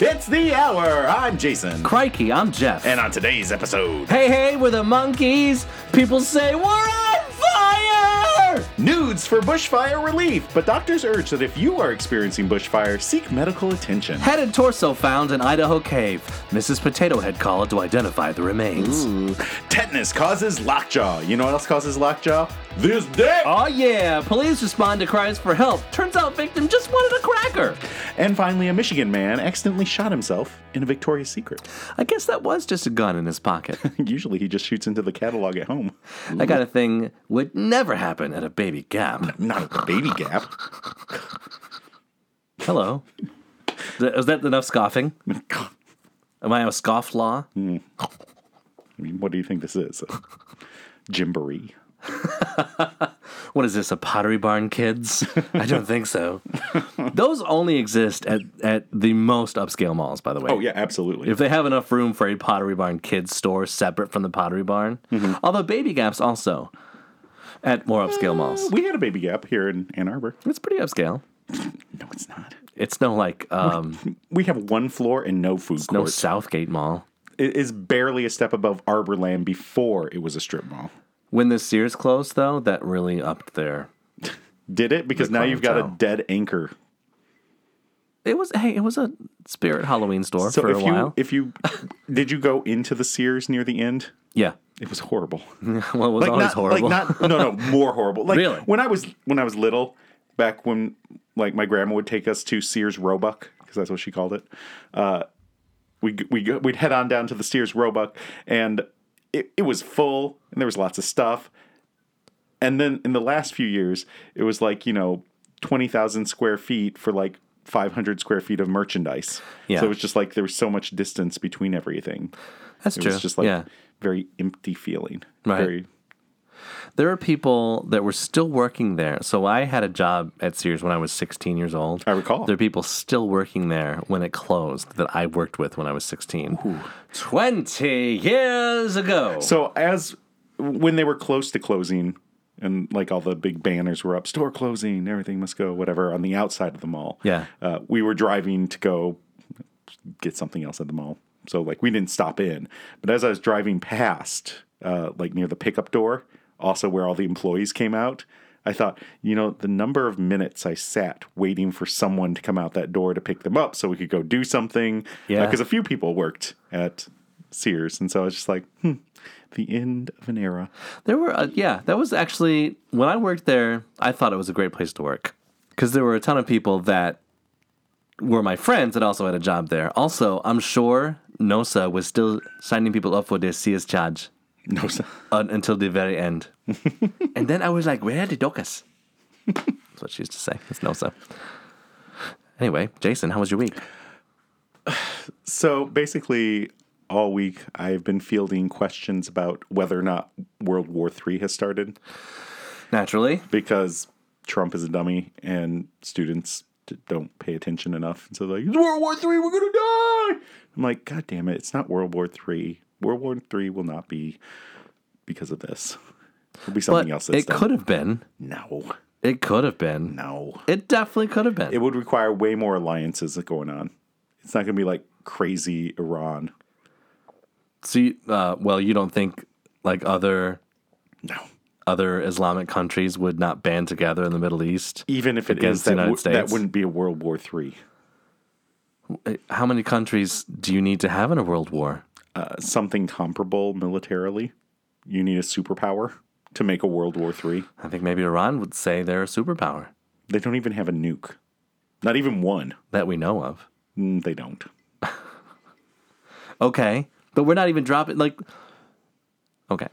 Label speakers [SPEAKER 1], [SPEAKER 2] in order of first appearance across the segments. [SPEAKER 1] It's the hour. I'm Jason.
[SPEAKER 2] Crikey, I'm Jeff.
[SPEAKER 1] And on today's episode,
[SPEAKER 2] hey, hey, we're the monkeys. People say we're on fire.
[SPEAKER 1] nudes for bushfire relief. But doctors urge that if you are experiencing bushfire, seek medical attention.
[SPEAKER 2] Head and torso found in Idaho cave. Mrs. Potato Head called to identify the remains.
[SPEAKER 1] Tetanus causes lockjaw. You know what else causes lockjaw? This dick.
[SPEAKER 2] Oh yeah! Police respond to cries for help. Turns out victim just wanted a cracker.
[SPEAKER 1] And finally, a Michigan man accidentally shot himself in a Victoria's Secret.
[SPEAKER 2] I guess that was just a gun in his pocket.
[SPEAKER 1] Usually, he just shoots into the catalog at home.
[SPEAKER 2] that kind of thing would never happen at a baby gap.
[SPEAKER 1] Not a baby gap.
[SPEAKER 2] Hello. Th- Is that enough scoffing?
[SPEAKER 1] God,
[SPEAKER 2] Am I a scofflaw?
[SPEAKER 1] I mean, what do you think this is? Jimboree.
[SPEAKER 2] What is this, a pottery barn, kids? I don't think so. Those only exist at, at the most upscale malls, by the way.
[SPEAKER 1] Oh yeah, absolutely.
[SPEAKER 2] If they have enough room for a Pottery Barn kids store separate from the Pottery Barn,
[SPEAKER 1] Mm-hmm.
[SPEAKER 2] although Baby Gaps also at more upscale malls,
[SPEAKER 1] we had a baby gap here in Ann Arbor.
[SPEAKER 2] it's pretty upscale.
[SPEAKER 1] No, it's not.
[SPEAKER 2] It's no like um,
[SPEAKER 1] We have one floor and no food
[SPEAKER 2] no
[SPEAKER 1] court.
[SPEAKER 2] Southgate Mall.
[SPEAKER 1] it is barely a step above Arborland before it was a strip mall.
[SPEAKER 2] When the Sears closed, though, that really upped their.
[SPEAKER 1] Did it? Because
[SPEAKER 2] The
[SPEAKER 1] now you've got a
[SPEAKER 2] clientele.
[SPEAKER 1] dead anchor.
[SPEAKER 2] It was hey, it was a spirit Halloween store
[SPEAKER 1] So
[SPEAKER 2] for a
[SPEAKER 1] if you
[SPEAKER 2] while.
[SPEAKER 1] if you did you go into the Sears near the end?
[SPEAKER 2] yeah,
[SPEAKER 1] It was horrible.
[SPEAKER 2] well, it was always
[SPEAKER 1] not,
[SPEAKER 2] horrible.
[SPEAKER 1] Like not no no more horrible. Like
[SPEAKER 2] Really?
[SPEAKER 1] when I was when I was little, back when like my grandma would take us to Sears Roebuck because that's what she called it. Uh, we we go- we'd head on down to the Sears Roebuck and it, it was full and there was lots of stuff. And then in the last few years, it was like you know twenty thousand square feet for like. 500 square feet of merchandise.
[SPEAKER 2] Yeah.
[SPEAKER 1] So it was just like there was so much distance between everything.
[SPEAKER 2] That's
[SPEAKER 1] It
[SPEAKER 2] true.
[SPEAKER 1] was just like
[SPEAKER 2] yeah.
[SPEAKER 1] very empty feeling.
[SPEAKER 2] Right.
[SPEAKER 1] Very
[SPEAKER 2] there are people that were still working there. So I had a job at Sears when I was 16 years old.
[SPEAKER 1] I recall.
[SPEAKER 2] There are people still working there when it closed that I worked with when I was 16. 20 years ago.
[SPEAKER 1] So as when they were close to closing, and like all the big banners were up, store closing, everything must go, whatever, on the outside of the mall.
[SPEAKER 2] Yeah.
[SPEAKER 1] uh, we were driving to go get something else at the mall. So like we didn't stop in, but as I was driving past, uh, like near the pickup door, also where all the employees came out. I thought, you know, the number of minutes I sat waiting for someone to come out that door to pick them up so we could go do something.
[SPEAKER 2] Yeah.
[SPEAKER 1] Because a few people worked at Sears. And so I was just like, hmm, the end of an era.
[SPEAKER 2] There were, uh, yeah, that was actually when I worked there. I thought it was a great place to work because there were a ton of people that were my friends that also had a job there. Also, I'm sure NOSA was still signing people up for their CS charge
[SPEAKER 1] No, so-
[SPEAKER 2] un- until the very end. and then I was like, "Where are the doctors?" That's what she used to say. It's NOSA. Anyway, Jason, how was your week?
[SPEAKER 1] So basically, all week I've been fielding questions about whether or not World War III has started
[SPEAKER 2] Naturally,
[SPEAKER 1] because Trump is a dummy and students d- don't pay attention enough. And so they're like, it's World War III, we're going to die. I'm like, God damn it, it's not World War III. World War III will not be because of this. It'll be something
[SPEAKER 2] but
[SPEAKER 1] else that's
[SPEAKER 2] it
[SPEAKER 1] done.
[SPEAKER 2] could have been.
[SPEAKER 1] No,
[SPEAKER 2] It could have been.
[SPEAKER 1] no.
[SPEAKER 2] It definitely could have been.
[SPEAKER 1] it would require way more alliances going on. It's not going to be like crazy Iran.
[SPEAKER 2] so, you, uh, well, you don't think like other
[SPEAKER 1] No.
[SPEAKER 2] other Islamic countries would not band together in the Middle East.
[SPEAKER 1] Even if it
[SPEAKER 2] Against
[SPEAKER 1] is,
[SPEAKER 2] the
[SPEAKER 1] that,
[SPEAKER 2] United
[SPEAKER 1] w- that
[SPEAKER 2] States?
[SPEAKER 1] wouldn't be a World War Three.
[SPEAKER 2] Uh, How many countries do you need to have in a world war?
[SPEAKER 1] Uh, something comparable militarily. You need a superpower to make a World War Three.
[SPEAKER 2] I think maybe Iran would say they're a superpower
[SPEAKER 1] They don't even have a nuke. Not even one.
[SPEAKER 2] that we know of.
[SPEAKER 1] Mm, they don't.
[SPEAKER 2] Okay, but we're not even dropping like. Okay,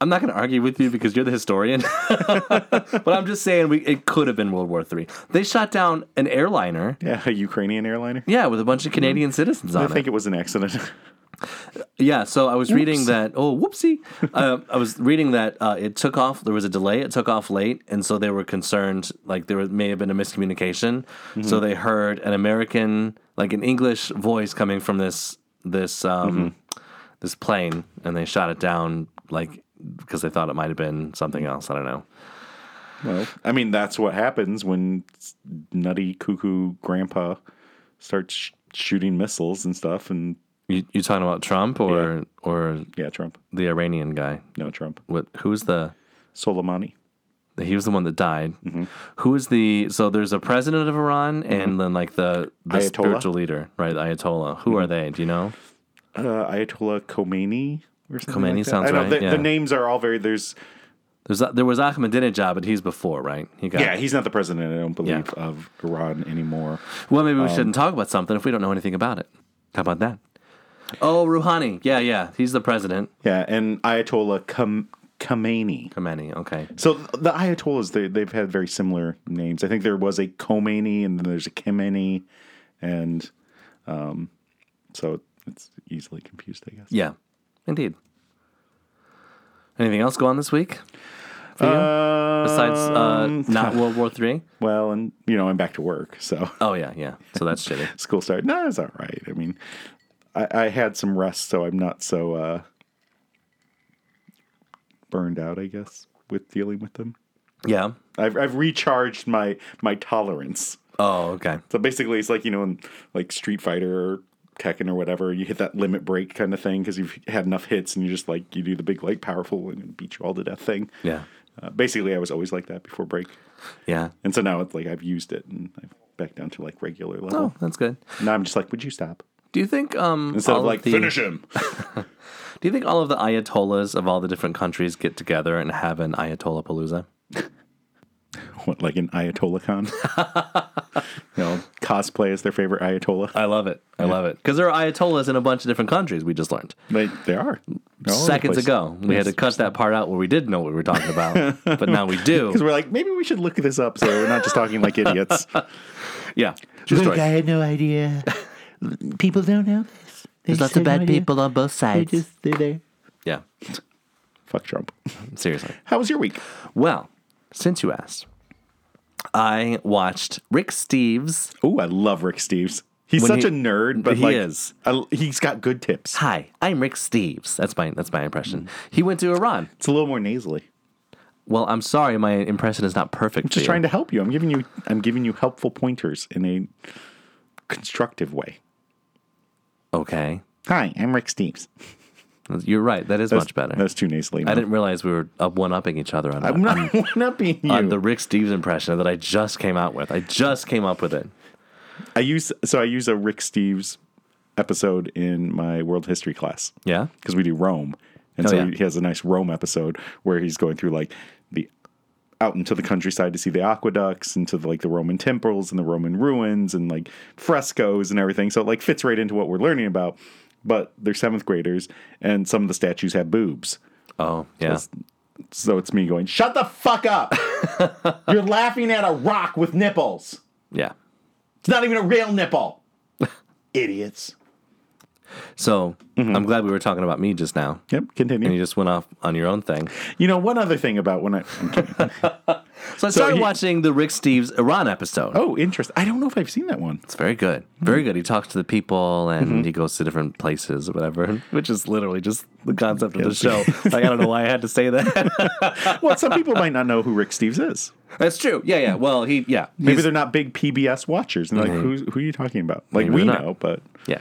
[SPEAKER 2] I'm not going to argue with you because you're the historian. but I'm just saying we it could have been World War Three. They shot down an airliner.
[SPEAKER 1] Yeah, a Ukrainian airliner.
[SPEAKER 2] Yeah, with a bunch of Canadian citizens on
[SPEAKER 1] I
[SPEAKER 2] it.
[SPEAKER 1] think it was an accident.
[SPEAKER 2] Yeah, so I was reading that. Oh, whoopsie! uh, I was reading that uh, it took off. There was a delay. It took off late, and so they were concerned. Like there may have been a miscommunication. So they heard an American, like an English voice coming from this this um, this plane, and they shot it down. Like because they thought it might have been something else. I don't know.
[SPEAKER 1] well, I mean, that's what happens when s- nutty cuckoo grandpa starts sh- shooting missiles and stuff. And
[SPEAKER 2] You, you talking about Trump or or
[SPEAKER 1] yeah, Trump.
[SPEAKER 2] the Iranian guy?
[SPEAKER 1] No, Trump.
[SPEAKER 2] What? Who's the?
[SPEAKER 1] Soleimani.
[SPEAKER 2] He was the one that died.
[SPEAKER 1] Mm-hmm.
[SPEAKER 2] Who is the? So there's a president of Iran and then like the the
[SPEAKER 1] Ayatollah? Mm-hmm.
[SPEAKER 2] spiritual leader, right? Ayatollah. Who are they? Do you know?
[SPEAKER 1] Uh, Ayatollah Khomeini or something. like
[SPEAKER 2] Khomeini
[SPEAKER 1] that.
[SPEAKER 2] sounds
[SPEAKER 1] I know,
[SPEAKER 2] right,
[SPEAKER 1] The,
[SPEAKER 2] yeah.
[SPEAKER 1] the names are all very. There's
[SPEAKER 2] There's there was Ahmadinejad, but he's before, right? He got.
[SPEAKER 1] yeah, he's not the president. I don't believe of Iran anymore.
[SPEAKER 2] Well, maybe we
[SPEAKER 1] Um,
[SPEAKER 2] shouldn't talk about something if we don't know anything about it. How about that? Oh, Rouhani. Yeah, yeah. He's the president.
[SPEAKER 1] Yeah, and Ayatollah Khom- Khomeini.
[SPEAKER 2] Khomeini. Okay.
[SPEAKER 1] So the Ayatollahs, they, they've had very similar names. I think there was a Khomeini, and then there's a Khemeni, and um, so it's easily confused, I guess.
[SPEAKER 2] Yeah. Indeed. Anything else go on this week? For you? Besides uh,
[SPEAKER 1] Um,
[SPEAKER 2] not World War Three.
[SPEAKER 1] well, and you know, I'm back to work, so
[SPEAKER 2] Oh yeah, yeah. So that's shitty.
[SPEAKER 1] school started. No, it's all right. I mean, I, I had some rest, so I'm not so uh, burned out, I guess, with dealing with them.
[SPEAKER 2] Yeah.
[SPEAKER 1] I've, I've recharged my my tolerance.
[SPEAKER 2] Oh, okay.
[SPEAKER 1] So basically, it's like you know, in like Street Fighter or Tekken or whatever, you hit that limit break kind of thing because you've had enough hits, and you just like you do the big like powerful and beat you all to death thing.
[SPEAKER 2] Yeah.
[SPEAKER 1] Uh, basically, I was always like that before break,
[SPEAKER 2] Yeah.
[SPEAKER 1] and so now it's like I've used it and I'm back down to like regular
[SPEAKER 2] Oh,
[SPEAKER 1] level.
[SPEAKER 2] that's good.
[SPEAKER 1] Now I'm just like, would you stop
[SPEAKER 2] Do you think um
[SPEAKER 1] instead
[SPEAKER 2] all
[SPEAKER 1] of like
[SPEAKER 2] the,
[SPEAKER 1] finish him?
[SPEAKER 2] Do you think all of the ayatollahs of all the different countries get together and have an ayatollah palooza?
[SPEAKER 1] what like an Ayatollah Khan? you know, cosplay as their favorite Ayatollah.
[SPEAKER 2] I love it. I love it because there are ayatollahs in a bunch of different countries. We just learned.
[SPEAKER 1] They they are
[SPEAKER 2] Oh,
[SPEAKER 1] They're all over the
[SPEAKER 2] seconds
[SPEAKER 1] place.
[SPEAKER 2] ago. We had to cut that part out where we didn't know what we were talking about, but now we
[SPEAKER 1] Because
[SPEAKER 2] do.
[SPEAKER 1] we're like, maybe we should look this up so we're not just talking like idiots.
[SPEAKER 2] Yeah, true
[SPEAKER 3] Look,
[SPEAKER 2] story.
[SPEAKER 3] I had no idea. People don't know this. There's lots of bad people on both sides. They're just they're there.
[SPEAKER 2] Yeah,
[SPEAKER 1] Fuck Trump.
[SPEAKER 2] seriously.
[SPEAKER 1] How was your week?
[SPEAKER 2] Well, since you asked, I watched Rick Steves.
[SPEAKER 1] Oh, I love Rick Steves. He's
[SPEAKER 2] When
[SPEAKER 1] such
[SPEAKER 2] he-
[SPEAKER 1] a nerd, but
[SPEAKER 2] he
[SPEAKER 1] like,
[SPEAKER 2] is.
[SPEAKER 1] I- he's got good tips.
[SPEAKER 2] Hi, I'm Rick Steves. That's my that's my impression. He went to Iran.
[SPEAKER 1] It's a little more nasally.
[SPEAKER 2] Well, I'm sorry, my impression is not perfect.
[SPEAKER 1] Just trying to help you. I'm giving you. I'm giving you helpful pointers in a constructive way.
[SPEAKER 2] Okay,
[SPEAKER 1] Hi, I'm Rick Steves.
[SPEAKER 2] you're right. That is much better.
[SPEAKER 1] That's too nasally.
[SPEAKER 2] I didn't realize we were up one upping each other on that.
[SPEAKER 1] I'm not. I'm not being you.
[SPEAKER 2] on the Rick Steves impression that I just came out with. I just came up with it.
[SPEAKER 1] I use so I use a Rick Steves episode in my world history class.
[SPEAKER 2] Yeah?
[SPEAKER 1] because we do Rome, and
[SPEAKER 2] Oh,
[SPEAKER 1] so
[SPEAKER 2] yeah.
[SPEAKER 1] he has a nice Rome episode where he's going through like the out into the countryside to see the aqueducts and to the, like the Roman temples and the Roman ruins and like frescoes and everything. So it like fits right into what we're learning about. But they're seventh graders, and some of the statues have boobs.
[SPEAKER 2] Oh, yeah.
[SPEAKER 1] So it's me going, "Shut the fuck up! You're laughing at a rock with nipples.
[SPEAKER 2] Yeah.
[SPEAKER 1] It's not even a real nipple, idiots."
[SPEAKER 2] So
[SPEAKER 1] Mm-hmm.
[SPEAKER 2] I'm glad we were talking about me just now.
[SPEAKER 1] Yep,
[SPEAKER 2] And
[SPEAKER 1] continue.
[SPEAKER 2] you just went off on your own thing.
[SPEAKER 1] You know, one other thing about when I I'm kidding.
[SPEAKER 2] So I started
[SPEAKER 1] he-
[SPEAKER 2] watching the Rick Steves Iran episode.
[SPEAKER 1] Oh, interesting. I don't know if I've seen that one.
[SPEAKER 2] It's very good. Very
[SPEAKER 1] Mm-hmm.
[SPEAKER 2] good. He talks to the people and he goes to different places or whatever, which is literally just the concept of the show. like, I don't know why I had to say that.
[SPEAKER 1] Well, some people might not know who Rick Steves is.
[SPEAKER 2] That's true. Yeah, yeah. Well, he, yeah.
[SPEAKER 1] Maybe
[SPEAKER 2] He's- Mm-hmm.
[SPEAKER 1] they're not big PBS watchers. And they're like, who's, who are you talking about? Like,
[SPEAKER 2] Maybe
[SPEAKER 1] we
[SPEAKER 2] they're not.
[SPEAKER 1] know, but
[SPEAKER 2] yeah.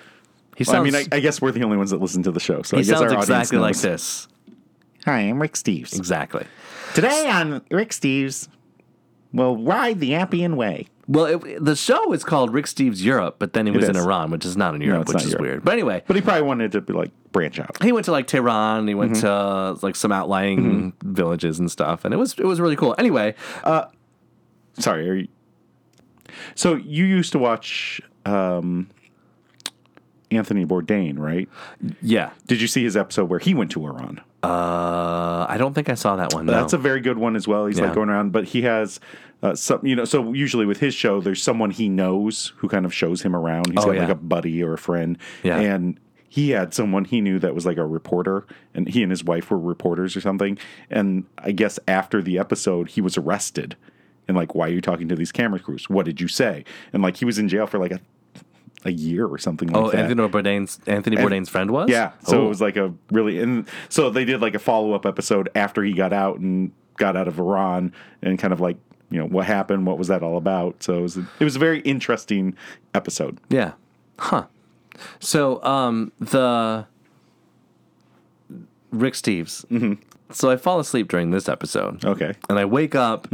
[SPEAKER 2] He
[SPEAKER 1] Well,
[SPEAKER 2] sounds,
[SPEAKER 1] I mean, I, I guess we're the only ones that listen to the show. So
[SPEAKER 2] he
[SPEAKER 1] I guess our
[SPEAKER 2] sounds
[SPEAKER 1] audience
[SPEAKER 2] exactly like
[SPEAKER 1] knows.
[SPEAKER 2] this.
[SPEAKER 1] Hi, I'm Rick Steves.
[SPEAKER 2] Exactly.
[SPEAKER 1] Today on Rick Steves, we'll ride the Appian Way.
[SPEAKER 2] Well, it, the show is called Rick Steves Europe, but then he was in
[SPEAKER 1] is.
[SPEAKER 2] Iran, which is not in Europe,
[SPEAKER 1] it's
[SPEAKER 2] which
[SPEAKER 1] not
[SPEAKER 2] is
[SPEAKER 1] Europe.
[SPEAKER 2] weird. But anyway,
[SPEAKER 1] But he probably wanted to be like branch out.
[SPEAKER 2] he went to like Tehran. He went
[SPEAKER 1] Mm-hmm.
[SPEAKER 2] to like some outlying villages and stuff, and it was it was really cool. Anyway,
[SPEAKER 1] Sorry. Are you... So you used to watch um, Anthony Bourdain, right?
[SPEAKER 2] yeah,
[SPEAKER 1] Did you see his episode where he went to Iran?
[SPEAKER 2] uh, I don't think I saw that one. No.
[SPEAKER 1] That's a very good one as well. He's
[SPEAKER 2] Yeah.
[SPEAKER 1] like going around, but he has uh, some, you know. So usually with his show, there's someone he knows who kind of shows him around. He's
[SPEAKER 2] Oh,
[SPEAKER 1] got
[SPEAKER 2] yeah.
[SPEAKER 1] like a buddy or a friend,
[SPEAKER 2] Yeah.
[SPEAKER 1] and he had someone he knew that was like a reporter, and he and his wife were reporters or something. And I guess after the episode, he was arrested, and like, why are you talking to these camera crews? What did you say? And like, he was in jail for like a a year or something like
[SPEAKER 2] oh,
[SPEAKER 1] that.
[SPEAKER 2] Anthony Bourdain's Anthony Bourdain's friend was
[SPEAKER 1] Yeah. So
[SPEAKER 2] Oh.
[SPEAKER 1] it was like a really and so they did like a follow up episode after he got out and got out of Iran and kind of like you know what happened, what was that all about? So it was a, it was a very interesting episode.
[SPEAKER 2] yeah. So um the Rick Steves. Mm-hmm. So I fall asleep during this episode.
[SPEAKER 1] Okay.
[SPEAKER 2] And I wake up.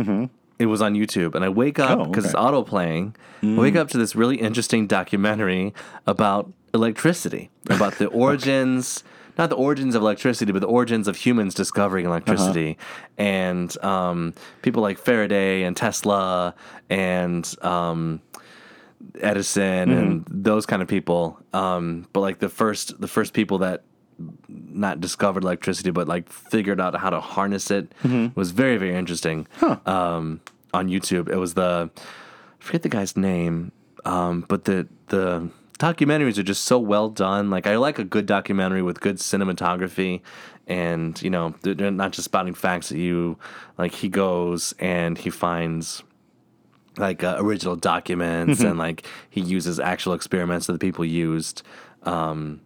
[SPEAKER 2] It was on YouTube, and I wake up
[SPEAKER 1] Mm-hmm. Oh,
[SPEAKER 2] because it's
[SPEAKER 1] okay. Mm.
[SPEAKER 2] auto playing. I wake up to this really interesting documentary about electricity, about the origins, not the origins of electricity, but the origins of humans discovering
[SPEAKER 1] Uh-huh.
[SPEAKER 2] electricity, and um, people like Faraday and Tesla and um, Edison
[SPEAKER 1] Mm-hmm.
[SPEAKER 2] and those kind of people. Um, but like the first, the first people that not discovered electricity, but like figured out how to harness it was very, very interesting. Um, on YouTube, it was the I forget the guy's name, um, but the the documentaries are just so well done. Like I like a good documentary with good cinematography, and you know they're- they're not just spouting facts at you. Like he goes and he finds like uh, original documents and like he uses actual experiments that the people used um,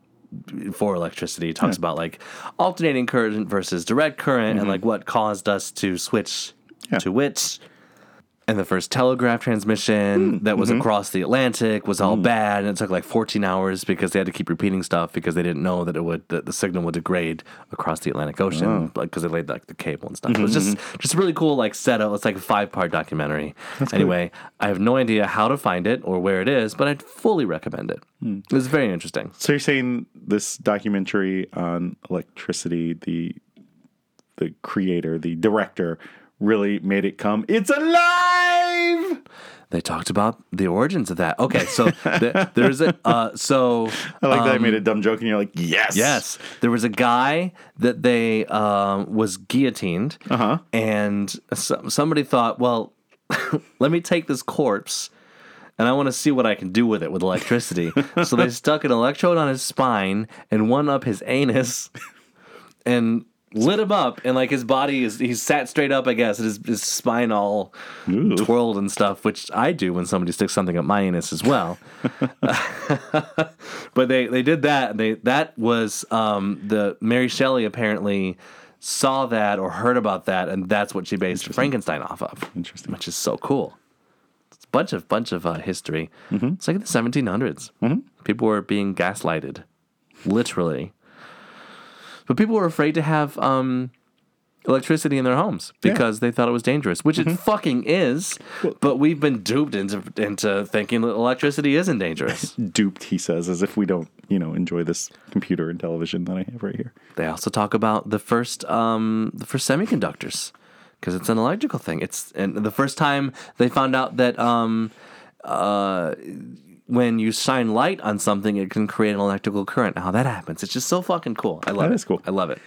[SPEAKER 2] for electricity. He talks about like alternating current versus direct current and like what caused us to switch
[SPEAKER 1] Yeah.
[SPEAKER 2] to which. And the first telegraph transmission that was across the Atlantic was all bad, and it took like 14 hours because they had to keep repeating stuff because they didn't know that it would that the signal would degrade across the Atlantic Ocean, like because they laid like the cable and stuff. It was just just a really cool like setup. It's like a five part documentary. anyway, I have no idea how to find it or where it is, but I'd fully recommend it. It was very interesting.
[SPEAKER 1] So you're saying this documentary on electricity, the the creator, the director, really made it come. It's alive.
[SPEAKER 2] They talked about the origins of that. Okay, so th- there's a uh, so
[SPEAKER 1] I like that I made a dumb joke, and you're like, yes,
[SPEAKER 2] Um, Yes, there was a guy that they um, was guillotined, uh-huh. and so, somebody thought, "Well, let me take this corpse, and I want to see what I can do with it with electricity." so they stuck an electrode on his spine and one up his anus, and lit him up, and like his body is he sat straight up, I guess, and his, his spine all
[SPEAKER 1] Ooh.
[SPEAKER 2] twirled and stuff, which I do when somebody sticks something up my anus as well. but they they did that. and They that was um, the Mary Shelley apparently saw that or heard about that, and that's what she based Frankenstein off of.
[SPEAKER 1] Interesting.
[SPEAKER 2] which is so cool. It's a bunch of bunch of uh, history.
[SPEAKER 1] Mm-hmm.
[SPEAKER 2] It's like in the 1700s, people were being gaslighted, literally. But people were afraid to have um, electricity in their homes because they thought it was dangerous, which
[SPEAKER 1] Mm-hmm.
[SPEAKER 2] it fucking is. But we've been duped into into thinking that electricity isn't dangerous.
[SPEAKER 1] Duped, he says, as if we don't, you know, enjoy this computer and television that I have right here.
[SPEAKER 2] They also talk about the first um, the first semiconductors because it's an electrical thing. It's and the first time they found out that um, uh, when you shine light on something, it can create an electrical current. How that happens? It's just so fucking cool. I love
[SPEAKER 1] That
[SPEAKER 2] it.
[SPEAKER 1] is cool.
[SPEAKER 2] I love it.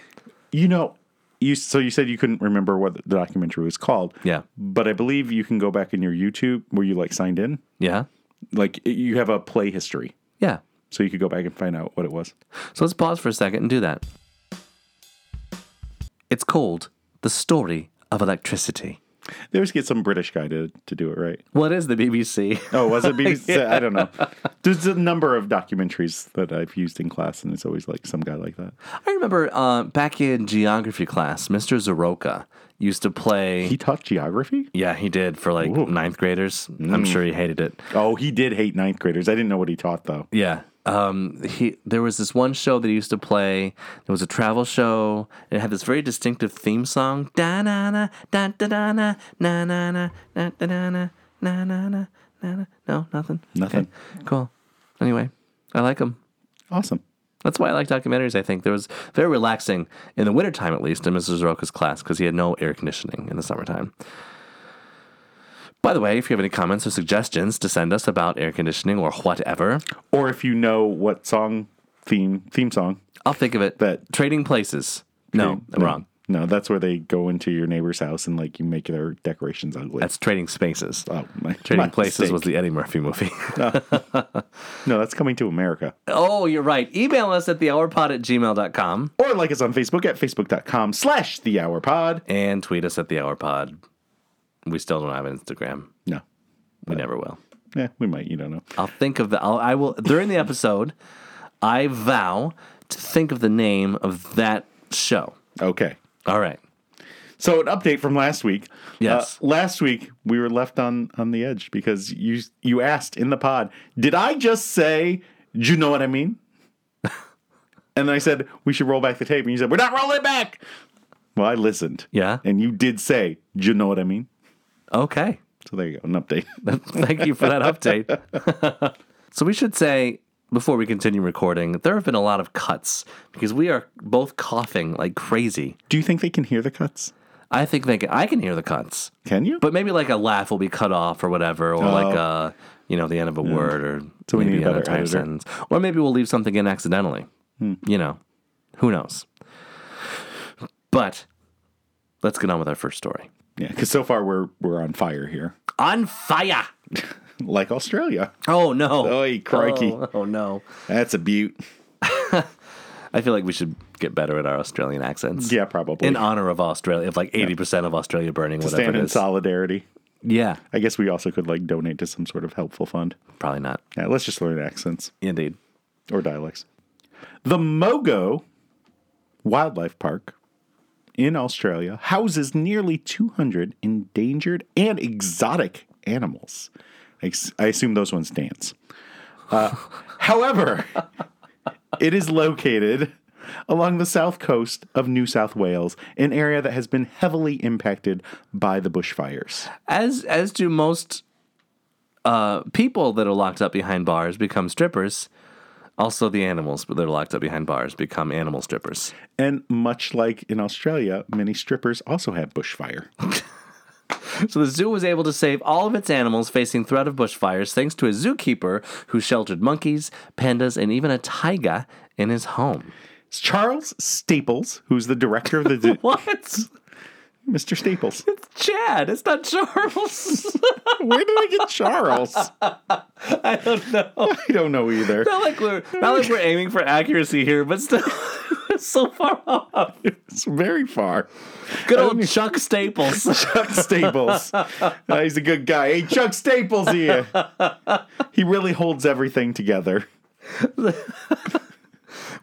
[SPEAKER 1] You know, you so you said you couldn't remember what the documentary was called.
[SPEAKER 2] Yeah.
[SPEAKER 1] but I believe you can go back in your YouTube where you like signed in,
[SPEAKER 2] Yeah,
[SPEAKER 1] like you have a play history,
[SPEAKER 2] yeah.
[SPEAKER 1] so you could go back and find out what it was.
[SPEAKER 2] So let's pause for a second and do that. It's called the story of electricity.
[SPEAKER 1] They always get some British guy to to do it, right?
[SPEAKER 2] What is the BBC?
[SPEAKER 1] Oh, was it BBC? I don't know. There's a number of documentaries that I've used in class, and it's always like some guy like that.
[SPEAKER 2] I remember uh, back in geography class, Mr. Zaroka used to play.
[SPEAKER 1] He taught geography.
[SPEAKER 2] yeah, he did for like ninth graders. I'm sure he hated it.
[SPEAKER 1] Oh, he did hate ninth graders. I didn't know what he taught though.
[SPEAKER 2] Yeah. Um, he there was this one show that he used to play. It was a travel show. And it had this very distinctive theme song. Da na na da da da na na na na na da na na na na na na na. No, nothing.
[SPEAKER 1] Nothing.
[SPEAKER 2] Okay, cool. Anyway, I like him.
[SPEAKER 1] Awesome.
[SPEAKER 2] That's why I like documentaries. I think there was very relaxing in the wintertime, at least, in Mrs. Roca's class because he had no air conditioning in the summertime. By the way, if you have any comments or suggestions to send us about air conditioning or whatever,
[SPEAKER 1] Or if you know what song theme theme song.
[SPEAKER 2] I'll think of it.
[SPEAKER 1] That-
[SPEAKER 2] trading places. No, I'm wrong.
[SPEAKER 1] No, that's where they go into your neighbor's house and like you make their decorations ugly.
[SPEAKER 2] That's trading spaces.
[SPEAKER 1] oh, my,
[SPEAKER 2] Trading
[SPEAKER 1] my
[SPEAKER 2] Places
[SPEAKER 1] mistake.
[SPEAKER 2] was the Eddie Murphy movie.
[SPEAKER 1] no, that's coming to America.
[SPEAKER 2] oh, you're right. Email us at thehourpod at gmail.com
[SPEAKER 1] Or like us on Facebook at facebook.com slash the hour pod.
[SPEAKER 2] and tweet us at the hourpod. We still don't have an Instagram.
[SPEAKER 1] No.
[SPEAKER 2] We never will.
[SPEAKER 1] Yeah, we might, you don't know.
[SPEAKER 2] I'll think of the. I'll, I will during the episode. I vow to think of the name of that show.
[SPEAKER 1] Okay.
[SPEAKER 2] All right.
[SPEAKER 1] So an update from last week.
[SPEAKER 2] Yes.
[SPEAKER 1] Uh, last week we were left on on the edge because you you asked in the pod, did I just say Do you know what I mean? and then I said, we should roll back the tape. And you said, we're not rolling it back. Well, I listened.
[SPEAKER 2] Yeah.
[SPEAKER 1] And you did say, do you know what I mean?
[SPEAKER 2] Okay.
[SPEAKER 1] So there you go, an update.
[SPEAKER 2] Thank you for that update. so we should say before we continue recording, there have been a lot of cuts because we are both coughing like crazy.
[SPEAKER 1] do you think they can hear the cuts?
[SPEAKER 2] I think they can, I can hear the cuts,
[SPEAKER 1] Can you?
[SPEAKER 2] but maybe like a laugh will be cut off or whatever, or like uh you know the end of a word or
[SPEAKER 1] Oh. we
[SPEAKER 2] maybe
[SPEAKER 1] need a
[SPEAKER 2] an
[SPEAKER 1] better
[SPEAKER 2] entire
[SPEAKER 1] editor. Hmm.
[SPEAKER 2] sentence, or maybe we'll leave something in accidentally. You know, who knows? But let's get on with our first story.
[SPEAKER 1] yeah, because so far we're we're on fire here,
[SPEAKER 2] On fire!
[SPEAKER 1] like Australia.
[SPEAKER 2] Oh no!
[SPEAKER 1] Oy, crikey.
[SPEAKER 2] Oh, oh no!
[SPEAKER 1] That's a beaut.
[SPEAKER 2] I feel like we should get better at our Australian accents.
[SPEAKER 1] Yeah, probably.
[SPEAKER 2] In honor of Australia, of like 80% of Australia burning, whatever
[SPEAKER 1] Stand
[SPEAKER 2] it
[SPEAKER 1] in
[SPEAKER 2] is.
[SPEAKER 1] solidarity.
[SPEAKER 2] Yeah,
[SPEAKER 1] I guess we also could like donate to some sort of helpful fund.
[SPEAKER 2] probably not.
[SPEAKER 1] Yeah, let's just learn accents
[SPEAKER 2] Indeed.
[SPEAKER 1] or dialects. The Mogo Wildlife Park in Australia houses nearly 200 endangered and exotic animals. I, s- I assume those ones dance. Uh, however, it is located along the south coast of New South Wales, an area that has been heavily impacted by the bushfires.
[SPEAKER 2] As as do most uh, people that are locked up behind bars become strippers. Also, the animals that are locked up behind bars become animal strippers.
[SPEAKER 1] And much like in Australia, many strippers also have bushfire.
[SPEAKER 2] So the zoo was able to save all of its animals facing threat of bushfires thanks to a zookeeper who sheltered monkeys, pandas, and even a taiga in his home.
[SPEAKER 1] It's Charles Staples, who's the director of the zoo.
[SPEAKER 2] What?
[SPEAKER 1] Mr. Staples.
[SPEAKER 2] Chad, it's not Charles.
[SPEAKER 1] Where did I get Charles? I don't know. I don't know either.
[SPEAKER 2] not like we're not like we're aiming for accuracy here, but still so far off.
[SPEAKER 1] It's very far.
[SPEAKER 2] Good old Chuck Staples.
[SPEAKER 1] Chuck Staples. Uh, he's a good guy. Hey, Chuck Staples here. He really holds everything together.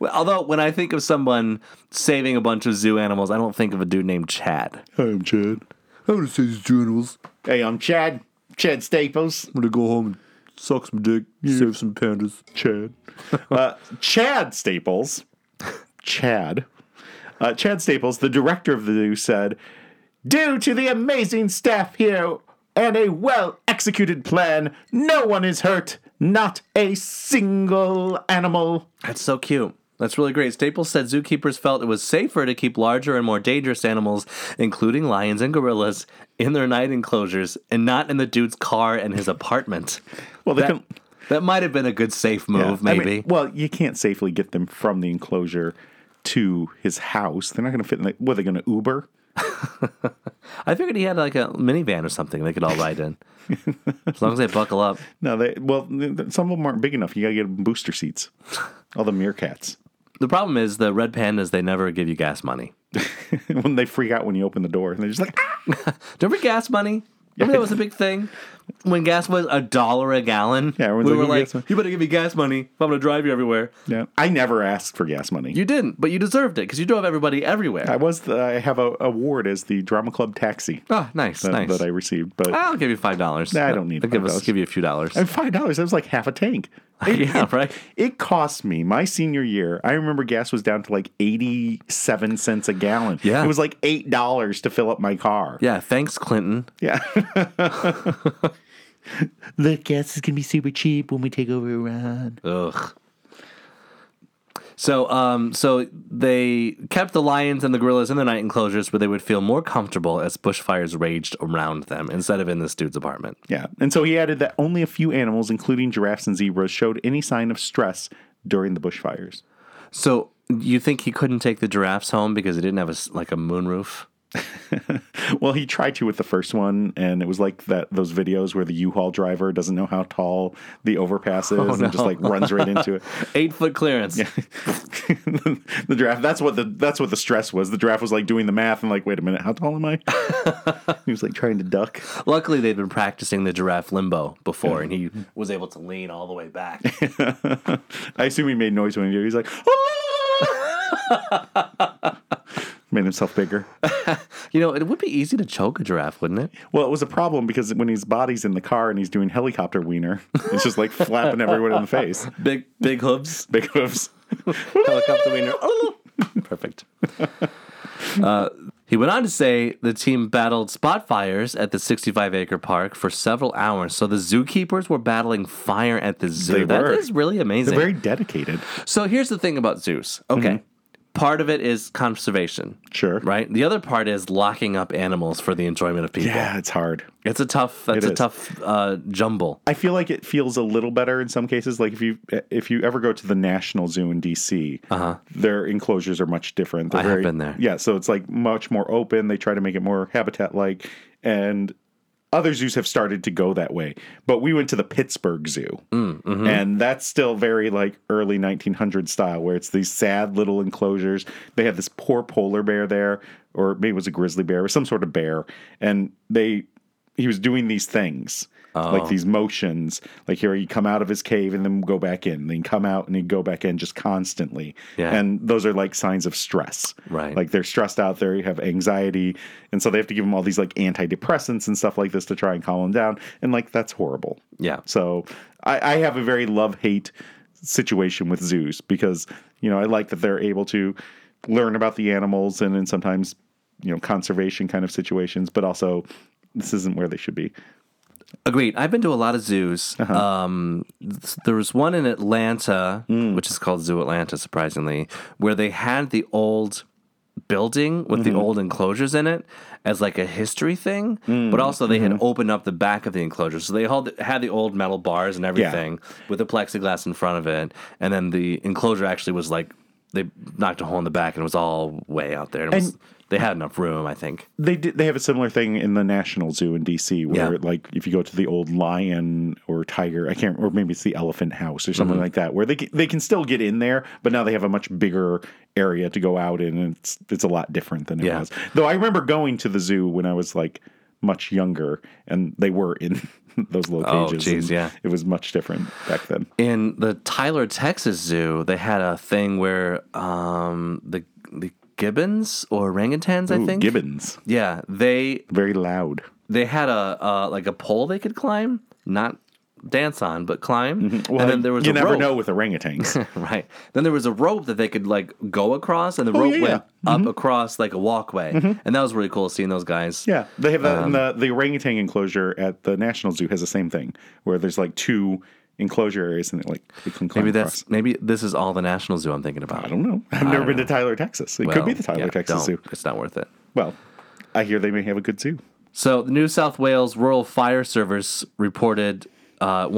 [SPEAKER 2] Although when I think of someone saving a bunch of zoo animals, I don't think of a dude named Chad.
[SPEAKER 1] Hi, I'm Chad.
[SPEAKER 4] I want to say these journals.
[SPEAKER 1] Hey, I'm Chad. Chad Staples.
[SPEAKER 4] I'm going to go home and suck some dick, save some pandas.
[SPEAKER 1] Chad. Uh, Chad Staples. Chad. Uh, Chad Staples, the director of the zoo, said, Due to the amazing staff here and a well executed plan, no one is hurt, not a single animal.
[SPEAKER 2] That's so cute. That's really great. Staples said zookeepers felt it was safer to keep larger and more dangerous animals, including lions and gorillas, in their night enclosures and not in the dude's car and his apartment.
[SPEAKER 1] Well, they
[SPEAKER 2] that,
[SPEAKER 1] can-
[SPEAKER 2] that might have been a good safe
[SPEAKER 1] Yeah,
[SPEAKER 2] move,
[SPEAKER 1] I mean,
[SPEAKER 2] maybe.
[SPEAKER 1] well, you can't safely get them from the enclosure to his house. They're not going to fit in the. What, are they going to Uber?
[SPEAKER 2] I figured he had like a minivan or something they could all ride in. as long as they buckle up.
[SPEAKER 1] No, they. Well, th- th- some of them aren't big enough. You got to get them booster seats. All the meerkats.
[SPEAKER 2] The problem is the red pandas, they never give you gas money.
[SPEAKER 1] when they freak out when you open the door and they're just like, "Ah!"
[SPEAKER 2] Remember gas money? Remember that was a big thing? When gas was a dollar a gallon?
[SPEAKER 1] Yeah, everyone's
[SPEAKER 2] we
[SPEAKER 1] like,
[SPEAKER 2] were
[SPEAKER 1] "Give me gas money."
[SPEAKER 2] like, you better give me gas money if I'm going to drive you everywhere.
[SPEAKER 1] Yeah. I never asked for gas money.
[SPEAKER 2] You didn't, but you deserved it because you drove everybody everywhere.
[SPEAKER 1] I was the, I have a award as the drama club taxi
[SPEAKER 2] oh, nice,
[SPEAKER 1] that,
[SPEAKER 2] nice. Ah.
[SPEAKER 1] that I received, but
[SPEAKER 2] I, will give you $5. dollars.
[SPEAKER 1] Nah, I don't need
[SPEAKER 2] I'll give, us,
[SPEAKER 1] $5.
[SPEAKER 2] give you a few dollars.
[SPEAKER 1] and five dollars that was like half a tank. It,
[SPEAKER 2] yeah,
[SPEAKER 1] it-
[SPEAKER 2] right?
[SPEAKER 1] It cost me my senior year. I remember gas was down to like eighty-seven cents a gallon.
[SPEAKER 2] Yeah.
[SPEAKER 1] it was like eight dollars to fill up my car.
[SPEAKER 2] Yeah, thanks, Clinton.
[SPEAKER 1] Yeah,
[SPEAKER 3] The gas is gonna be super cheap when we take over Iran.
[SPEAKER 2] Ugh. So, um, so they kept the lions and the gorillas in their night enclosures where they would feel more comfortable as bushfires raged around them instead of in this dude's apartment.
[SPEAKER 1] yeah. And so he added that only a few animals, including giraffes and zebras, showed any sign of stress during the bushfires.
[SPEAKER 2] So, you think he couldn't take the giraffes home because he didn't have a s like a moonroof?
[SPEAKER 1] Well, he tried to with the first one, and it was like that those videos where the U-Haul driver doesn't know how tall the overpass is and just like runs right into it.
[SPEAKER 2] Eight foot clearance.
[SPEAKER 1] the draft. That's what the that's what the stress was. The draft was like doing the math and like, wait a minute, how tall am I? he was like trying to duck.
[SPEAKER 2] Luckily, they'd been practicing the giraffe limbo before, and he was able to lean all the way back.
[SPEAKER 1] I assume he made noise when he did. it. He's like, made himself bigger.
[SPEAKER 2] You know, it would be easy to choke a giraffe, wouldn't it?
[SPEAKER 1] Well, it was a problem because when his body's in the car and he's doing helicopter wiener, it's just like flapping everyone in the face.
[SPEAKER 2] Big big hooves,
[SPEAKER 1] Big hooves.
[SPEAKER 2] helicopter wiener. Oh, Perfect. Uh, he went on to say the team battled spot fires at the 65 acre park for several hours. So the zookeepers were battling fire at the zoo.
[SPEAKER 1] They
[SPEAKER 2] That
[SPEAKER 1] were.
[SPEAKER 2] is really amazing.
[SPEAKER 1] They're very dedicated.
[SPEAKER 2] So here's the thing about zoos. Okay. Part of it is conservation.
[SPEAKER 1] Mm-hmm. Sure.
[SPEAKER 2] Right? The other part is locking up animals for the enjoyment of people.
[SPEAKER 1] Yeah, it's hard.
[SPEAKER 2] It's a tough that's
[SPEAKER 1] It
[SPEAKER 2] a
[SPEAKER 1] is.
[SPEAKER 2] tough uh, jumble.
[SPEAKER 1] I feel like it feels a little better in some cases. Like if you if you ever go to the National Zoo in DC, their enclosures are much different. They're
[SPEAKER 2] Uh-huh. I have been there.
[SPEAKER 1] Yeah, so it's like much more open. They try to make it more habitat like, and other zoos have started to go that way. But we went to the Pittsburgh Zoo,
[SPEAKER 2] Mm-hmm.
[SPEAKER 1] and that's still very like early 1900 style, where it's these sad little enclosures. They had this poor polar bear there, or maybe it was a grizzly bear, or some sort of bear, and they he was doing these things
[SPEAKER 2] Oh.
[SPEAKER 1] like these motions like here he'd come out of his cave and then go back in then come out and he'd go back in just constantly
[SPEAKER 2] Yeah.
[SPEAKER 1] and those are like signs of stress
[SPEAKER 2] Right.
[SPEAKER 1] like they're stressed out they have anxiety and so they have to give him all these like antidepressants and stuff like this to try and calm him down and like that's horrible
[SPEAKER 2] Yeah.
[SPEAKER 1] so I, I have a very love hate situation with zoos because you know I like that they're able to learn about the animals and in sometimes you know conservation kind of situations, but also this isn't where they should be.
[SPEAKER 2] Agreed. I've been to a lot of zoos. Um, th- there was one in Atlanta, which is called Zoo Atlanta, surprisingly, where they had the old building with the old enclosures in it as like a history thing, but also they had opened up the back of the enclosure. So they held, had the old metal bars and everything with the plexiglass in front of it. And then the enclosure actually was like, they knocked a hole in the back and it was all way out there. It was,
[SPEAKER 1] And-
[SPEAKER 2] they had enough room, I think.
[SPEAKER 1] They did, they have a similar thing in the National Zoo in DC where
[SPEAKER 2] Yeah.
[SPEAKER 1] like if you go to the old lion or tiger, I can't or maybe it's the elephant house or
[SPEAKER 2] Mm-hmm.
[SPEAKER 1] something like that where they can, they can still get in there, but now they have a much bigger area to go out in and it's it's a lot different than it
[SPEAKER 2] Yeah.
[SPEAKER 1] was. Though I remember going to the zoo when I was like much younger and they were in those little
[SPEAKER 2] Oh,
[SPEAKER 1] cages.
[SPEAKER 2] geez,
[SPEAKER 1] and
[SPEAKER 2] yeah.
[SPEAKER 1] It was much different back then.
[SPEAKER 2] in the Tyler, Texas zoo, they had a thing where um, the the gibbons or orangutans, I think.
[SPEAKER 1] Gibbons,
[SPEAKER 2] Yeah, they
[SPEAKER 1] very loud.
[SPEAKER 2] they had a uh, like a pole they could climb, not dance on, but climb. and then there was
[SPEAKER 1] Mm-hmm. you
[SPEAKER 2] a
[SPEAKER 1] never
[SPEAKER 2] rope.
[SPEAKER 1] know with orangutans.
[SPEAKER 2] right. Then there was a rope that they could like go across, and the rope
[SPEAKER 1] Oh, yeah, Mm-hmm.
[SPEAKER 2] went up across like a walkway, and that was really cool seeing those guys.
[SPEAKER 1] Yeah, they have
[SPEAKER 2] Um,
[SPEAKER 1] that. in the the orangutan enclosure at the National Zoo has the same thing, where there's like two enclosure areas and it like they can climb
[SPEAKER 2] Maybe
[SPEAKER 1] across.
[SPEAKER 2] that's maybe this is all the national zoo I'm thinking about.
[SPEAKER 1] I don't know. I've never been to Tyler, Texas. It could be the Tyler, Texas Zoo.
[SPEAKER 2] It's not worth it.
[SPEAKER 1] Well, I hear they may have a good zoo.
[SPEAKER 2] So the New South Wales Rural Fire Service reported uh,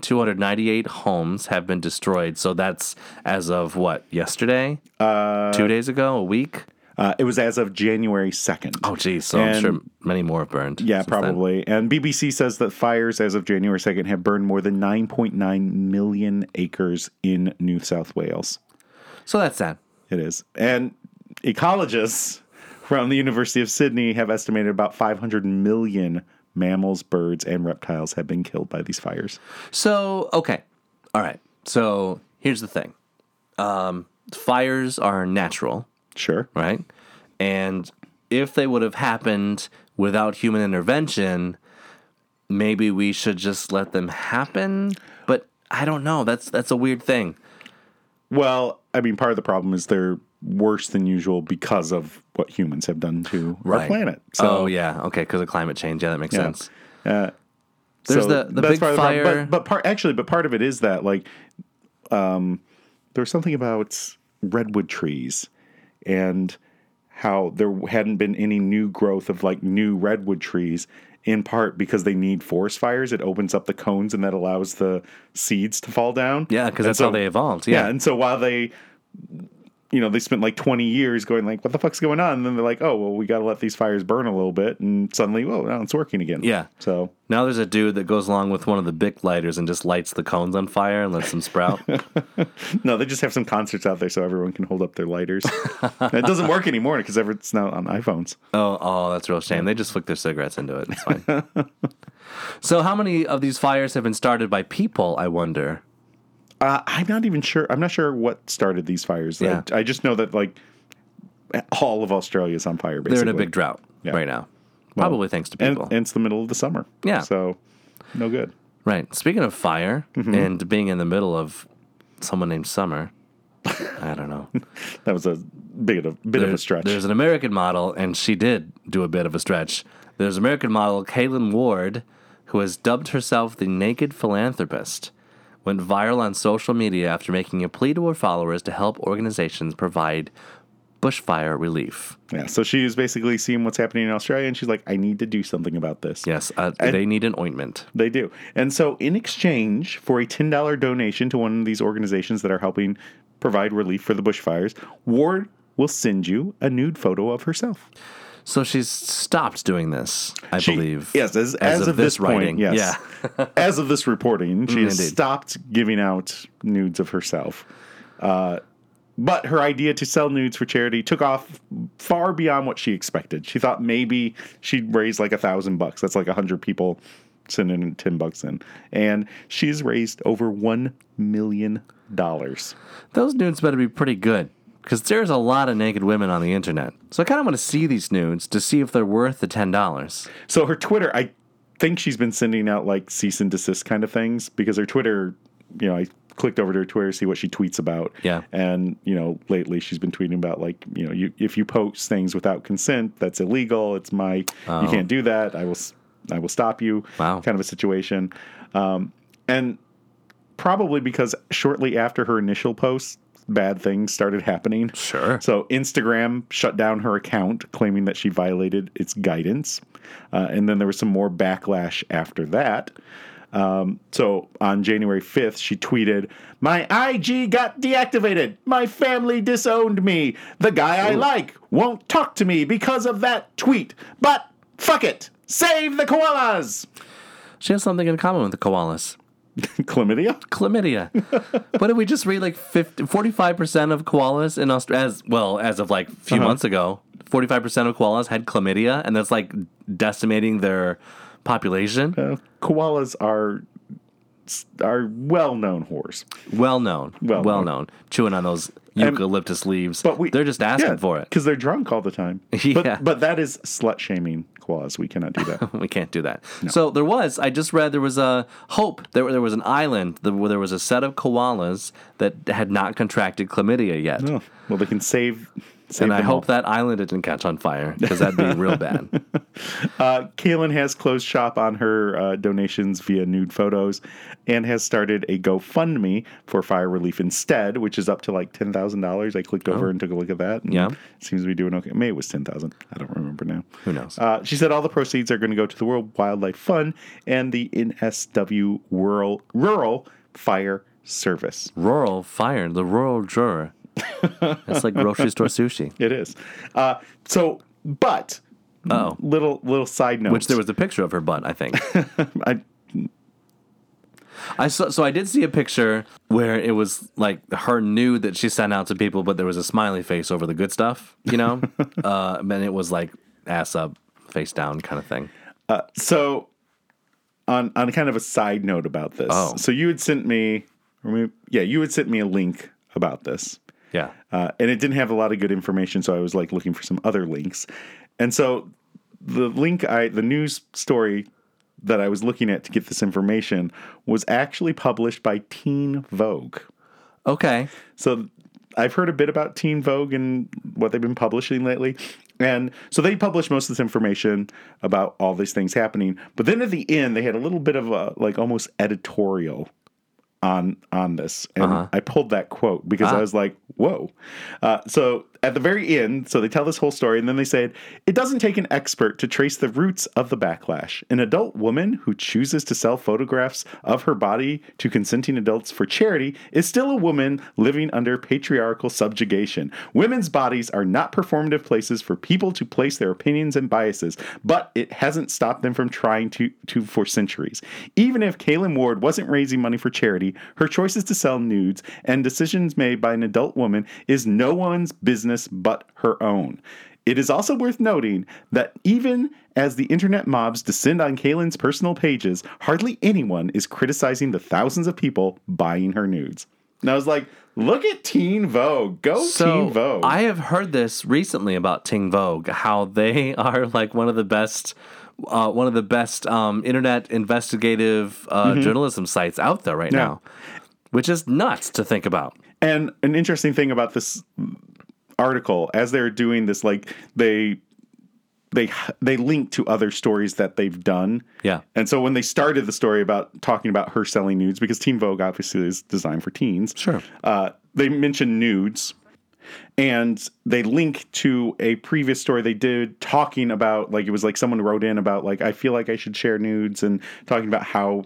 [SPEAKER 2] 1,298 homes have been destroyed. So that's as of what yesterday, uh, two days ago, a week.
[SPEAKER 1] Uh, it was as of January second.
[SPEAKER 2] Oh, geez. So I'm
[SPEAKER 1] And-
[SPEAKER 2] sure many more have burned.
[SPEAKER 1] Yeah,
[SPEAKER 2] since then.
[SPEAKER 1] probably. And BBC says that fires as of January 2nd have burned more than 9.9 million acres in New South Wales.
[SPEAKER 2] So that's sad.
[SPEAKER 1] It is. And ecologists from the University of Sydney have estimated about 500 million mammals, birds, and reptiles have been killed by these fires.
[SPEAKER 2] So okay, all right. So here's the thing: um, fires are natural.
[SPEAKER 1] Sure.
[SPEAKER 2] right? And if they would have happened without human intervention, maybe we should just let them happen. But I don't know. That's that's a weird thing.
[SPEAKER 1] Well, I mean, part of the problem is they're worse than usual because of what humans have done to our planet.
[SPEAKER 2] oh yeah, okay, because of climate change. Yeah, that makes sense. There's
[SPEAKER 1] Uh, So
[SPEAKER 2] the the
[SPEAKER 1] that's
[SPEAKER 2] big
[SPEAKER 1] part of the problem.
[SPEAKER 2] fire.
[SPEAKER 1] But, but part actually, but part of it is that like, um, there was something about redwood trees and how there hadn't been any new growth of like new redwood trees. In part because they need forest fires, it opens up the cones and that allows the seeds to fall down.
[SPEAKER 2] yeah, because
[SPEAKER 1] And
[SPEAKER 2] that's
[SPEAKER 1] so-
[SPEAKER 2] how they evolved.
[SPEAKER 1] yeah.
[SPEAKER 2] Yeah.
[SPEAKER 1] and so while they you know they spent like 20 years going like what the fuck's going on and then they're like oh well we got to let these fires burn a little bit and suddenly whoa now it's working again
[SPEAKER 2] Yeah.
[SPEAKER 1] so
[SPEAKER 2] Now there's a dude that goes along with one of the big lighters and just lights the cones on fire and lets them sprout.
[SPEAKER 1] no they just have some concerts out there so everyone can hold up their lighters And it doesn't work anymore because it's now on iphones
[SPEAKER 2] Oh, oh, that's a real shame. They just flick their cigarettes into it. It's fine. so, how many of these fires have been started by people? I wonder.
[SPEAKER 1] uh, i'm not even sure i'm not sure what started these fires
[SPEAKER 2] Yeah.
[SPEAKER 1] I, I just know that like all of Australia's on fire. Basically,
[SPEAKER 2] They're in a big drought
[SPEAKER 1] Yeah.
[SPEAKER 2] right now. Probably thanks to
[SPEAKER 1] and,
[SPEAKER 2] people.
[SPEAKER 1] and it's the middle of the summer.
[SPEAKER 2] Yeah.
[SPEAKER 1] so no good.
[SPEAKER 2] right. Speaking of fire
[SPEAKER 1] Mm-hmm.
[SPEAKER 2] and being in the middle of someone named Summer, I don't know.
[SPEAKER 1] That was a bit of bit of a
[SPEAKER 2] There-
[SPEAKER 1] stretch.
[SPEAKER 2] There's an American model, and she did do a bit of a stretch. There's an American model, Kaylin Ward, who has dubbed herself the Naked Philanthropist, went viral on social media after making a plea to her followers to help organizations provide bushfire relief.
[SPEAKER 1] Yeah, so she's basically seeing what's happening in Australia, and she's like, "I need to do something about this."
[SPEAKER 2] Yes, uh, they need an ointment.
[SPEAKER 1] They do. And so, in exchange for a $10 donation to one of these organizations that are helping provide relief for the bushfires, Ward will send you a nude photo of herself.
[SPEAKER 2] So she's stopped doing this, I
[SPEAKER 1] She-
[SPEAKER 2] believe.
[SPEAKER 1] Yes, as, as, of, this, point, yes.
[SPEAKER 2] Yeah.
[SPEAKER 1] as of this reporting, she has
[SPEAKER 2] indeed.
[SPEAKER 1] stopped giving out nudes of herself. Uh, but her idea to sell nudes for charity took off far beyond what she expected. She thought maybe she'd raise like a thousand bucks. That's like a hundred people sending in ten bucks in, and she's raised over one million dollars.
[SPEAKER 2] Those nudes better be pretty good because there's a lot of naked women on the internet. So I kind of want to see these nudes to see if they're worth the $10.
[SPEAKER 1] So her Twitter, I think she's been sending out like cease and desist kind of things because her Twitter, you know, I clicked over to her Twitter to see what she tweets about.
[SPEAKER 2] Yeah.
[SPEAKER 1] And, you know, lately she's been tweeting about like, you know, you, if you post things without consent, that's illegal. It's my, you can't do that. I will, s- I will stop you.
[SPEAKER 2] Oh. Wow.
[SPEAKER 1] Kind of a situation. Um, and probably because shortly after her initial post, bad things started happening.
[SPEAKER 2] Sure.
[SPEAKER 1] So Instagram shut down her account, claiming that she violated its guidance. Uh, and then there was some more backlash after that. Um, so on January 5th, she tweeted, My IG got deactivated. My family disowned me. The guy I like won't talk to me because of that tweet. But fuck it. Save the koalas.
[SPEAKER 2] She has something in common with the koalas.
[SPEAKER 1] Chlamydia?
[SPEAKER 2] Chlamydia. what did we just read? Like 50, 45% of koalas in Australia, as well as of like a few
[SPEAKER 1] Uh-huh.
[SPEAKER 2] months ago, 45% of koalas had chlamydia, and that's like decimating their population.
[SPEAKER 1] Uh, koalas are are well-known whores.
[SPEAKER 2] Well known.
[SPEAKER 1] Well
[SPEAKER 2] Well,
[SPEAKER 1] known.
[SPEAKER 2] known. Chewing on those eucalyptus leaves.
[SPEAKER 1] But we
[SPEAKER 2] They're just asking for it.
[SPEAKER 1] because they're drunk all the time.
[SPEAKER 2] Yeah.
[SPEAKER 1] But, but that is slut shaming clause. We cannot do that.
[SPEAKER 2] we can't do that. So there was. I just read there was a hope. There there was an island that- where there was a set of koalas that had not contracted chlamydia yet.
[SPEAKER 1] oh, well, they can save. save
[SPEAKER 2] and I
[SPEAKER 1] them
[SPEAKER 2] hope that island didn't catch on fire because that'd be real bad.
[SPEAKER 1] all. Uh, Kaylin has closed shop on her uh, donations via nude photos, and has started a GoFundMe for fire relief instead, which is up to like ten thousand dollars. I clicked over and took a look at that. and
[SPEAKER 2] Oh. Yeah.
[SPEAKER 1] seems to be doing okay. Maybe it was ten thousand. I don't remember now.
[SPEAKER 2] Who knows?
[SPEAKER 1] Uh, she said all the proceeds are going to go to the World Wildlife Fund and the NSW Rural Rural Fire Service.
[SPEAKER 2] rural fire, the rural juror. That's like grocery store sushi.
[SPEAKER 1] It is. Uh, so, but
[SPEAKER 2] Oh,
[SPEAKER 1] little little side note,
[SPEAKER 2] which there was a picture of her butt, I think.
[SPEAKER 1] I,
[SPEAKER 2] I saw, so I did see a picture where it was like her nude that she sent out to people, but there was a smiley face over the good stuff, you know, uh, and it was like ass up, face down kind of thing.
[SPEAKER 1] so on on kind of a side note about this.
[SPEAKER 2] Oh.
[SPEAKER 1] So you had sent me, or maybe- yeah, you had sent me a link about this,
[SPEAKER 2] Yeah,
[SPEAKER 1] uh, and it didn't have a lot of good information, so I was like looking for some other links, and so the link I the news story. That I was looking at to get this information was actually published by Teen Vogue.
[SPEAKER 2] okay,
[SPEAKER 1] So I've heard a bit about Teen Vogue and what they've been publishing lately. And so they publish most of this information about all these things happening. But then at the end, they had a little bit of a like almost editorial on on this, and I pulled that quote because I was like, "Whoa!" Uh, so at the very end, so they tell this whole story, and then they said, "It doesn't take an expert to trace the roots of the backlash. An adult woman who chooses to sell photographs of her body to consenting adults for charity is still a woman living under patriarchal subjugation. Women's bodies are not performative places for people to place their opinions and biases, but it hasn't stopped them from trying to, to for centuries. Even if Kaylin Ward wasn't raising money for charity, her choices to sell nudes and decisions made by an adult woman is no one's business but her own. It is also worth noting that even as the internet mobs descend on Kaylin's personal pages, hardly anyone is criticizing the thousands of people buying her nudes. And I was like, look at Teen Vogue. Go
[SPEAKER 2] So
[SPEAKER 1] Teen Vogue.
[SPEAKER 2] I have heard this recently about Ting Vogue, how they are like one of the best, uh, one of the best um, internet investigative uh,
[SPEAKER 1] Mm-hmm.
[SPEAKER 2] journalism sites out there right now, which is nuts to think about.
[SPEAKER 1] And an interesting thing about this article, as they're doing this, like they they they link to other stories that they've done.
[SPEAKER 2] Yeah.
[SPEAKER 1] And so when they started the story about talking about her selling nudes, because Teen Vogue obviously is designed for teens.
[SPEAKER 2] Sure.
[SPEAKER 1] Uh, they mention nudes, and they link to a previous story they did talking about like it was like someone wrote in about like I feel like I should share nudes and talking about how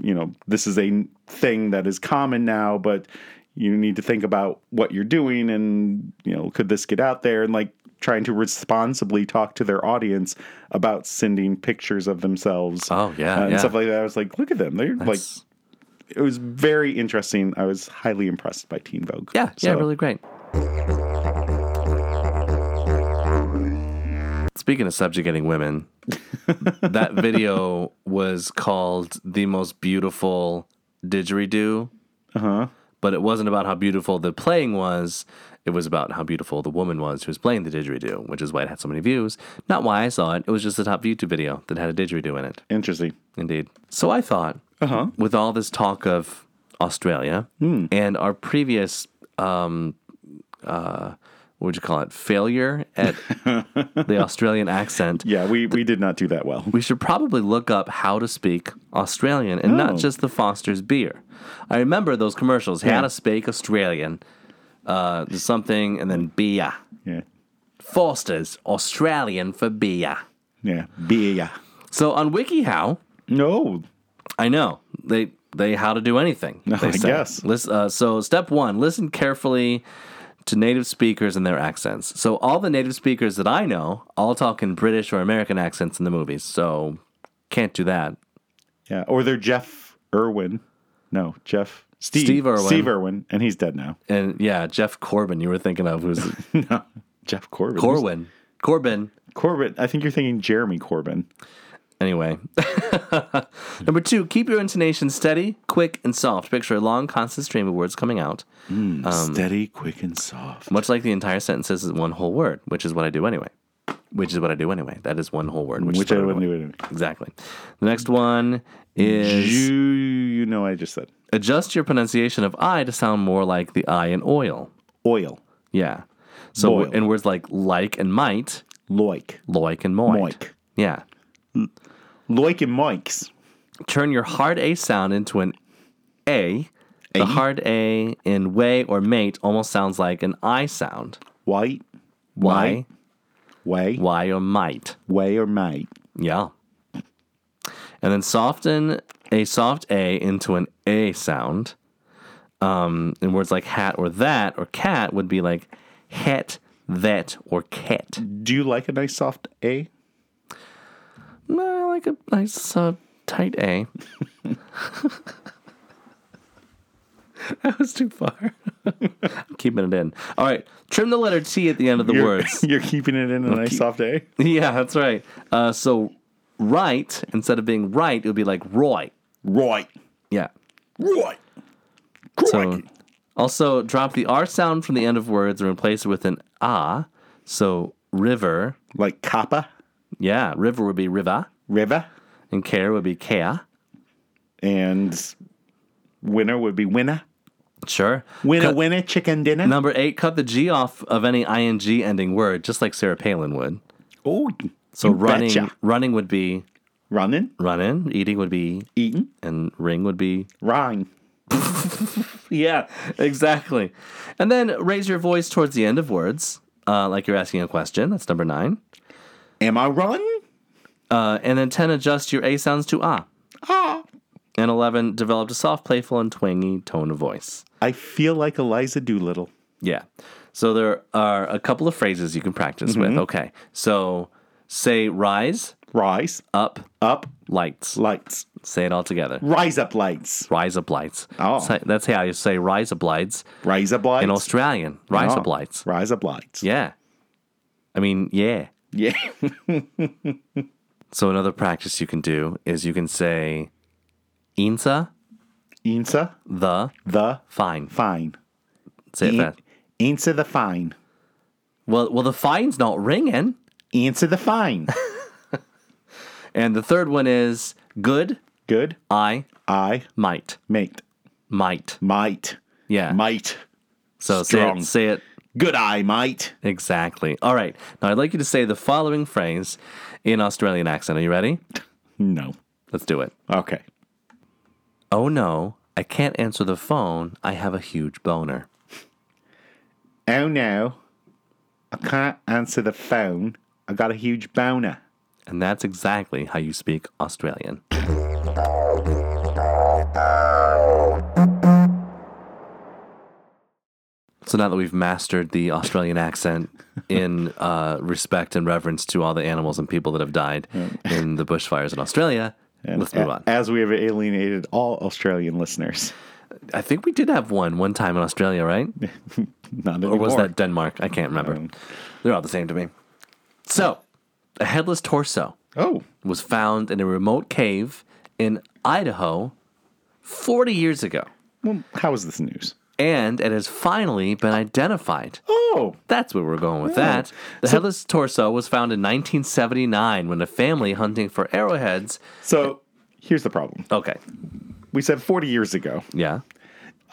[SPEAKER 1] you know this is a thing that is common now but you need to think about what you're doing and you know could this get out there and like trying to responsibly talk to their audience about sending pictures of themselves
[SPEAKER 2] Oh, yeah,
[SPEAKER 1] uh, and
[SPEAKER 2] yeah.
[SPEAKER 1] stuff like that i was like look at them they're like it was very interesting i was highly impressed by teen vogue
[SPEAKER 2] Yeah, yeah,
[SPEAKER 1] So-
[SPEAKER 2] really great. Speaking of subjugating women, that video was called "The Most Beautiful Didgeridoo," but it wasn't about how beautiful the playing was. It was about how beautiful the woman was who was playing the didgeridoo, which is why it had so many views. Not why I saw it. It was just the top YouTube video that had a didgeridoo in it.
[SPEAKER 1] interesting
[SPEAKER 2] Indeed. So I thought,
[SPEAKER 1] Uh-huh.
[SPEAKER 2] with all this talk of Australia
[SPEAKER 1] Hmm.
[SPEAKER 2] and our previous, um, uh, what would you call it, failure at the Australian accent,
[SPEAKER 1] yeah we we did not do that well
[SPEAKER 2] we should probably look up how to speak Australian and
[SPEAKER 1] Oh.
[SPEAKER 2] not just the Foster's beer. I remember those commercials, how
[SPEAKER 1] Yeah.
[SPEAKER 2] to speak Australian, uh, something, and then beer.
[SPEAKER 1] yeah
[SPEAKER 2] Foster's Australian for beer.
[SPEAKER 1] yeah beer
[SPEAKER 2] So on WikiHow,
[SPEAKER 1] no
[SPEAKER 2] I know they they how to do anything. they
[SPEAKER 1] I
[SPEAKER 2] say.
[SPEAKER 1] guess.
[SPEAKER 2] Lis- uh, so step one: listen carefully to native speakers and their accents. So all the native speakers that I know all talk in British or American accents in the movies. So can't do that.
[SPEAKER 1] yeah or they're jeff irwin no jeff Steve,
[SPEAKER 2] Steve Irwin.
[SPEAKER 1] Steve Irwin, and he's dead now.
[SPEAKER 2] And yeah, Jeff Corbin, you were thinking of who's
[SPEAKER 1] Jeff Corbin.
[SPEAKER 2] Corwin. Corbin.
[SPEAKER 1] Corbin. I think you're thinking Jeremy Corbin.
[SPEAKER 2] Anyway, number two, keep your intonation steady, quick, and soft. Picture a long, constant stream of words coming out,
[SPEAKER 1] Steady, quick, and soft.
[SPEAKER 2] much like the entire sentence is one whole word, which is what I do anyway. Which is what I do anyway. That is one whole word, which,
[SPEAKER 1] Which
[SPEAKER 2] is what
[SPEAKER 1] I
[SPEAKER 2] I do
[SPEAKER 1] wouldn't do anyway.
[SPEAKER 2] Exactly. The next one is
[SPEAKER 1] You, you know, I just said
[SPEAKER 2] adjust your pronunciation of I to sound more like the I in oil.
[SPEAKER 1] oil,
[SPEAKER 2] Yeah. So
[SPEAKER 1] Boil.
[SPEAKER 2] in words like like and might,
[SPEAKER 1] loik,
[SPEAKER 2] loik and moit.
[SPEAKER 1] Moik.
[SPEAKER 2] Yeah.
[SPEAKER 1] loik, and moiks.
[SPEAKER 2] Turn your hard A sound into an A. The hard A in way or mate almost sounds like an I sound.
[SPEAKER 1] White,
[SPEAKER 2] Why?
[SPEAKER 1] way,
[SPEAKER 2] Why or might.
[SPEAKER 1] way, or mate.
[SPEAKER 2] Yeah. And then soften a soft A into an A sound. Um, and words like hat or that or cat would be like het, that, or cat.
[SPEAKER 1] Do you like a nice soft a?
[SPEAKER 2] No, Mm, I like a nice uh, tight A. that was too far. I'm keeping it in. All right. Trim the letter T at the end of the
[SPEAKER 1] You're,
[SPEAKER 2] words.
[SPEAKER 1] You're keeping it in a nice soft a.
[SPEAKER 2] yeah, that's right. Uh, so, right, instead of being right, it would be like Roy.
[SPEAKER 1] Right,
[SPEAKER 2] Yeah.
[SPEAKER 1] right.
[SPEAKER 2] So, also drop the R sound from the end of words and replace it with an ah. So river,
[SPEAKER 1] like copper,
[SPEAKER 2] yeah, river would be river,
[SPEAKER 1] river,
[SPEAKER 2] and care would be care.
[SPEAKER 1] and winner would be winner.
[SPEAKER 2] Sure.
[SPEAKER 1] Winner,
[SPEAKER 2] Cut-
[SPEAKER 1] winner, chicken dinner.
[SPEAKER 2] Number eight, cut the G off of any ing ending word, just like Sarah Palin would.
[SPEAKER 1] Oh,
[SPEAKER 2] So
[SPEAKER 1] you
[SPEAKER 2] running,
[SPEAKER 1] betcha.
[SPEAKER 2] running would be
[SPEAKER 1] running,
[SPEAKER 2] running, eating would be,
[SPEAKER 1] eating,
[SPEAKER 2] and ring would be.
[SPEAKER 1] rhyme.
[SPEAKER 2] Yeah, exactly. And then raise your voice towards the end of words, uh, like you're asking a question. That's number nine.
[SPEAKER 1] Am I running?
[SPEAKER 2] Uh, and then 10, adjust your A sounds to ah. Ah. And 11, developed a soft, playful, and twangy tone of voice.
[SPEAKER 1] I feel like Eliza Doolittle.
[SPEAKER 2] Yeah. So there are a couple of phrases you can practice with.
[SPEAKER 1] Mm-hmm.
[SPEAKER 2] Okay. So say rise,
[SPEAKER 1] Rise
[SPEAKER 2] up,
[SPEAKER 1] up,
[SPEAKER 2] lights.
[SPEAKER 1] lights.
[SPEAKER 2] Say it all together.
[SPEAKER 1] Rise up, lights.
[SPEAKER 2] Rise up lights.
[SPEAKER 1] Oh.
[SPEAKER 2] Say- That's how you say rise up lights
[SPEAKER 1] Rise up, lights.
[SPEAKER 2] in Australian. Rise up
[SPEAKER 1] Oh,
[SPEAKER 2] lights.
[SPEAKER 1] Rise up, lights.
[SPEAKER 2] Yeah. I mean, yeah.
[SPEAKER 1] Yeah.
[SPEAKER 2] So another practice you can do is you can say insa
[SPEAKER 1] Insa
[SPEAKER 2] The
[SPEAKER 1] the
[SPEAKER 2] fine.
[SPEAKER 1] fine.
[SPEAKER 2] Say it
[SPEAKER 1] In-
[SPEAKER 2] fast.
[SPEAKER 1] Insa the fine.
[SPEAKER 2] Well, well, the fine's not ringing.
[SPEAKER 1] Insa the fine.
[SPEAKER 2] And the third one is good.
[SPEAKER 1] Good.
[SPEAKER 2] I
[SPEAKER 1] I
[SPEAKER 2] might
[SPEAKER 1] mate
[SPEAKER 2] might.
[SPEAKER 1] might
[SPEAKER 2] Yeah.
[SPEAKER 1] might.
[SPEAKER 2] so say
[SPEAKER 1] strong.
[SPEAKER 2] it, say it
[SPEAKER 1] Good eye might.
[SPEAKER 2] exactly. All right. Now I'd like you to say the following phrase in Australian accent. Are you ready?
[SPEAKER 1] No.
[SPEAKER 2] Let's do it.
[SPEAKER 1] Okay.
[SPEAKER 2] Oh no, I can't answer the phone. I have a huge boner.
[SPEAKER 1] Oh no, I can't answer the phone. I got a huge boner.
[SPEAKER 2] And that's exactly how you speak Australian. So now that we've mastered the Australian accent in uh, respect and reverence to all the animals and people that have died in the bushfires in Australia, let's move
[SPEAKER 1] A-
[SPEAKER 2] on.
[SPEAKER 1] As we have alienated all Australian listeners.
[SPEAKER 2] I think we did have one one time in Australia, right?
[SPEAKER 1] Not anymore.
[SPEAKER 2] Or was that Denmark? I can't remember. They're all the same to me. So, a headless torso.
[SPEAKER 1] Oh,
[SPEAKER 2] was found in a remote cave in Idaho 40 years ago
[SPEAKER 1] well, how is this news?
[SPEAKER 2] and it has finally been identified.
[SPEAKER 1] Oh,
[SPEAKER 2] That's where we're going with that. The headless torso was found in 1979 when a family hunting for arrowheads.
[SPEAKER 1] so here's the problem.
[SPEAKER 2] Okay.
[SPEAKER 1] We said 40 years ago,
[SPEAKER 2] Yeah.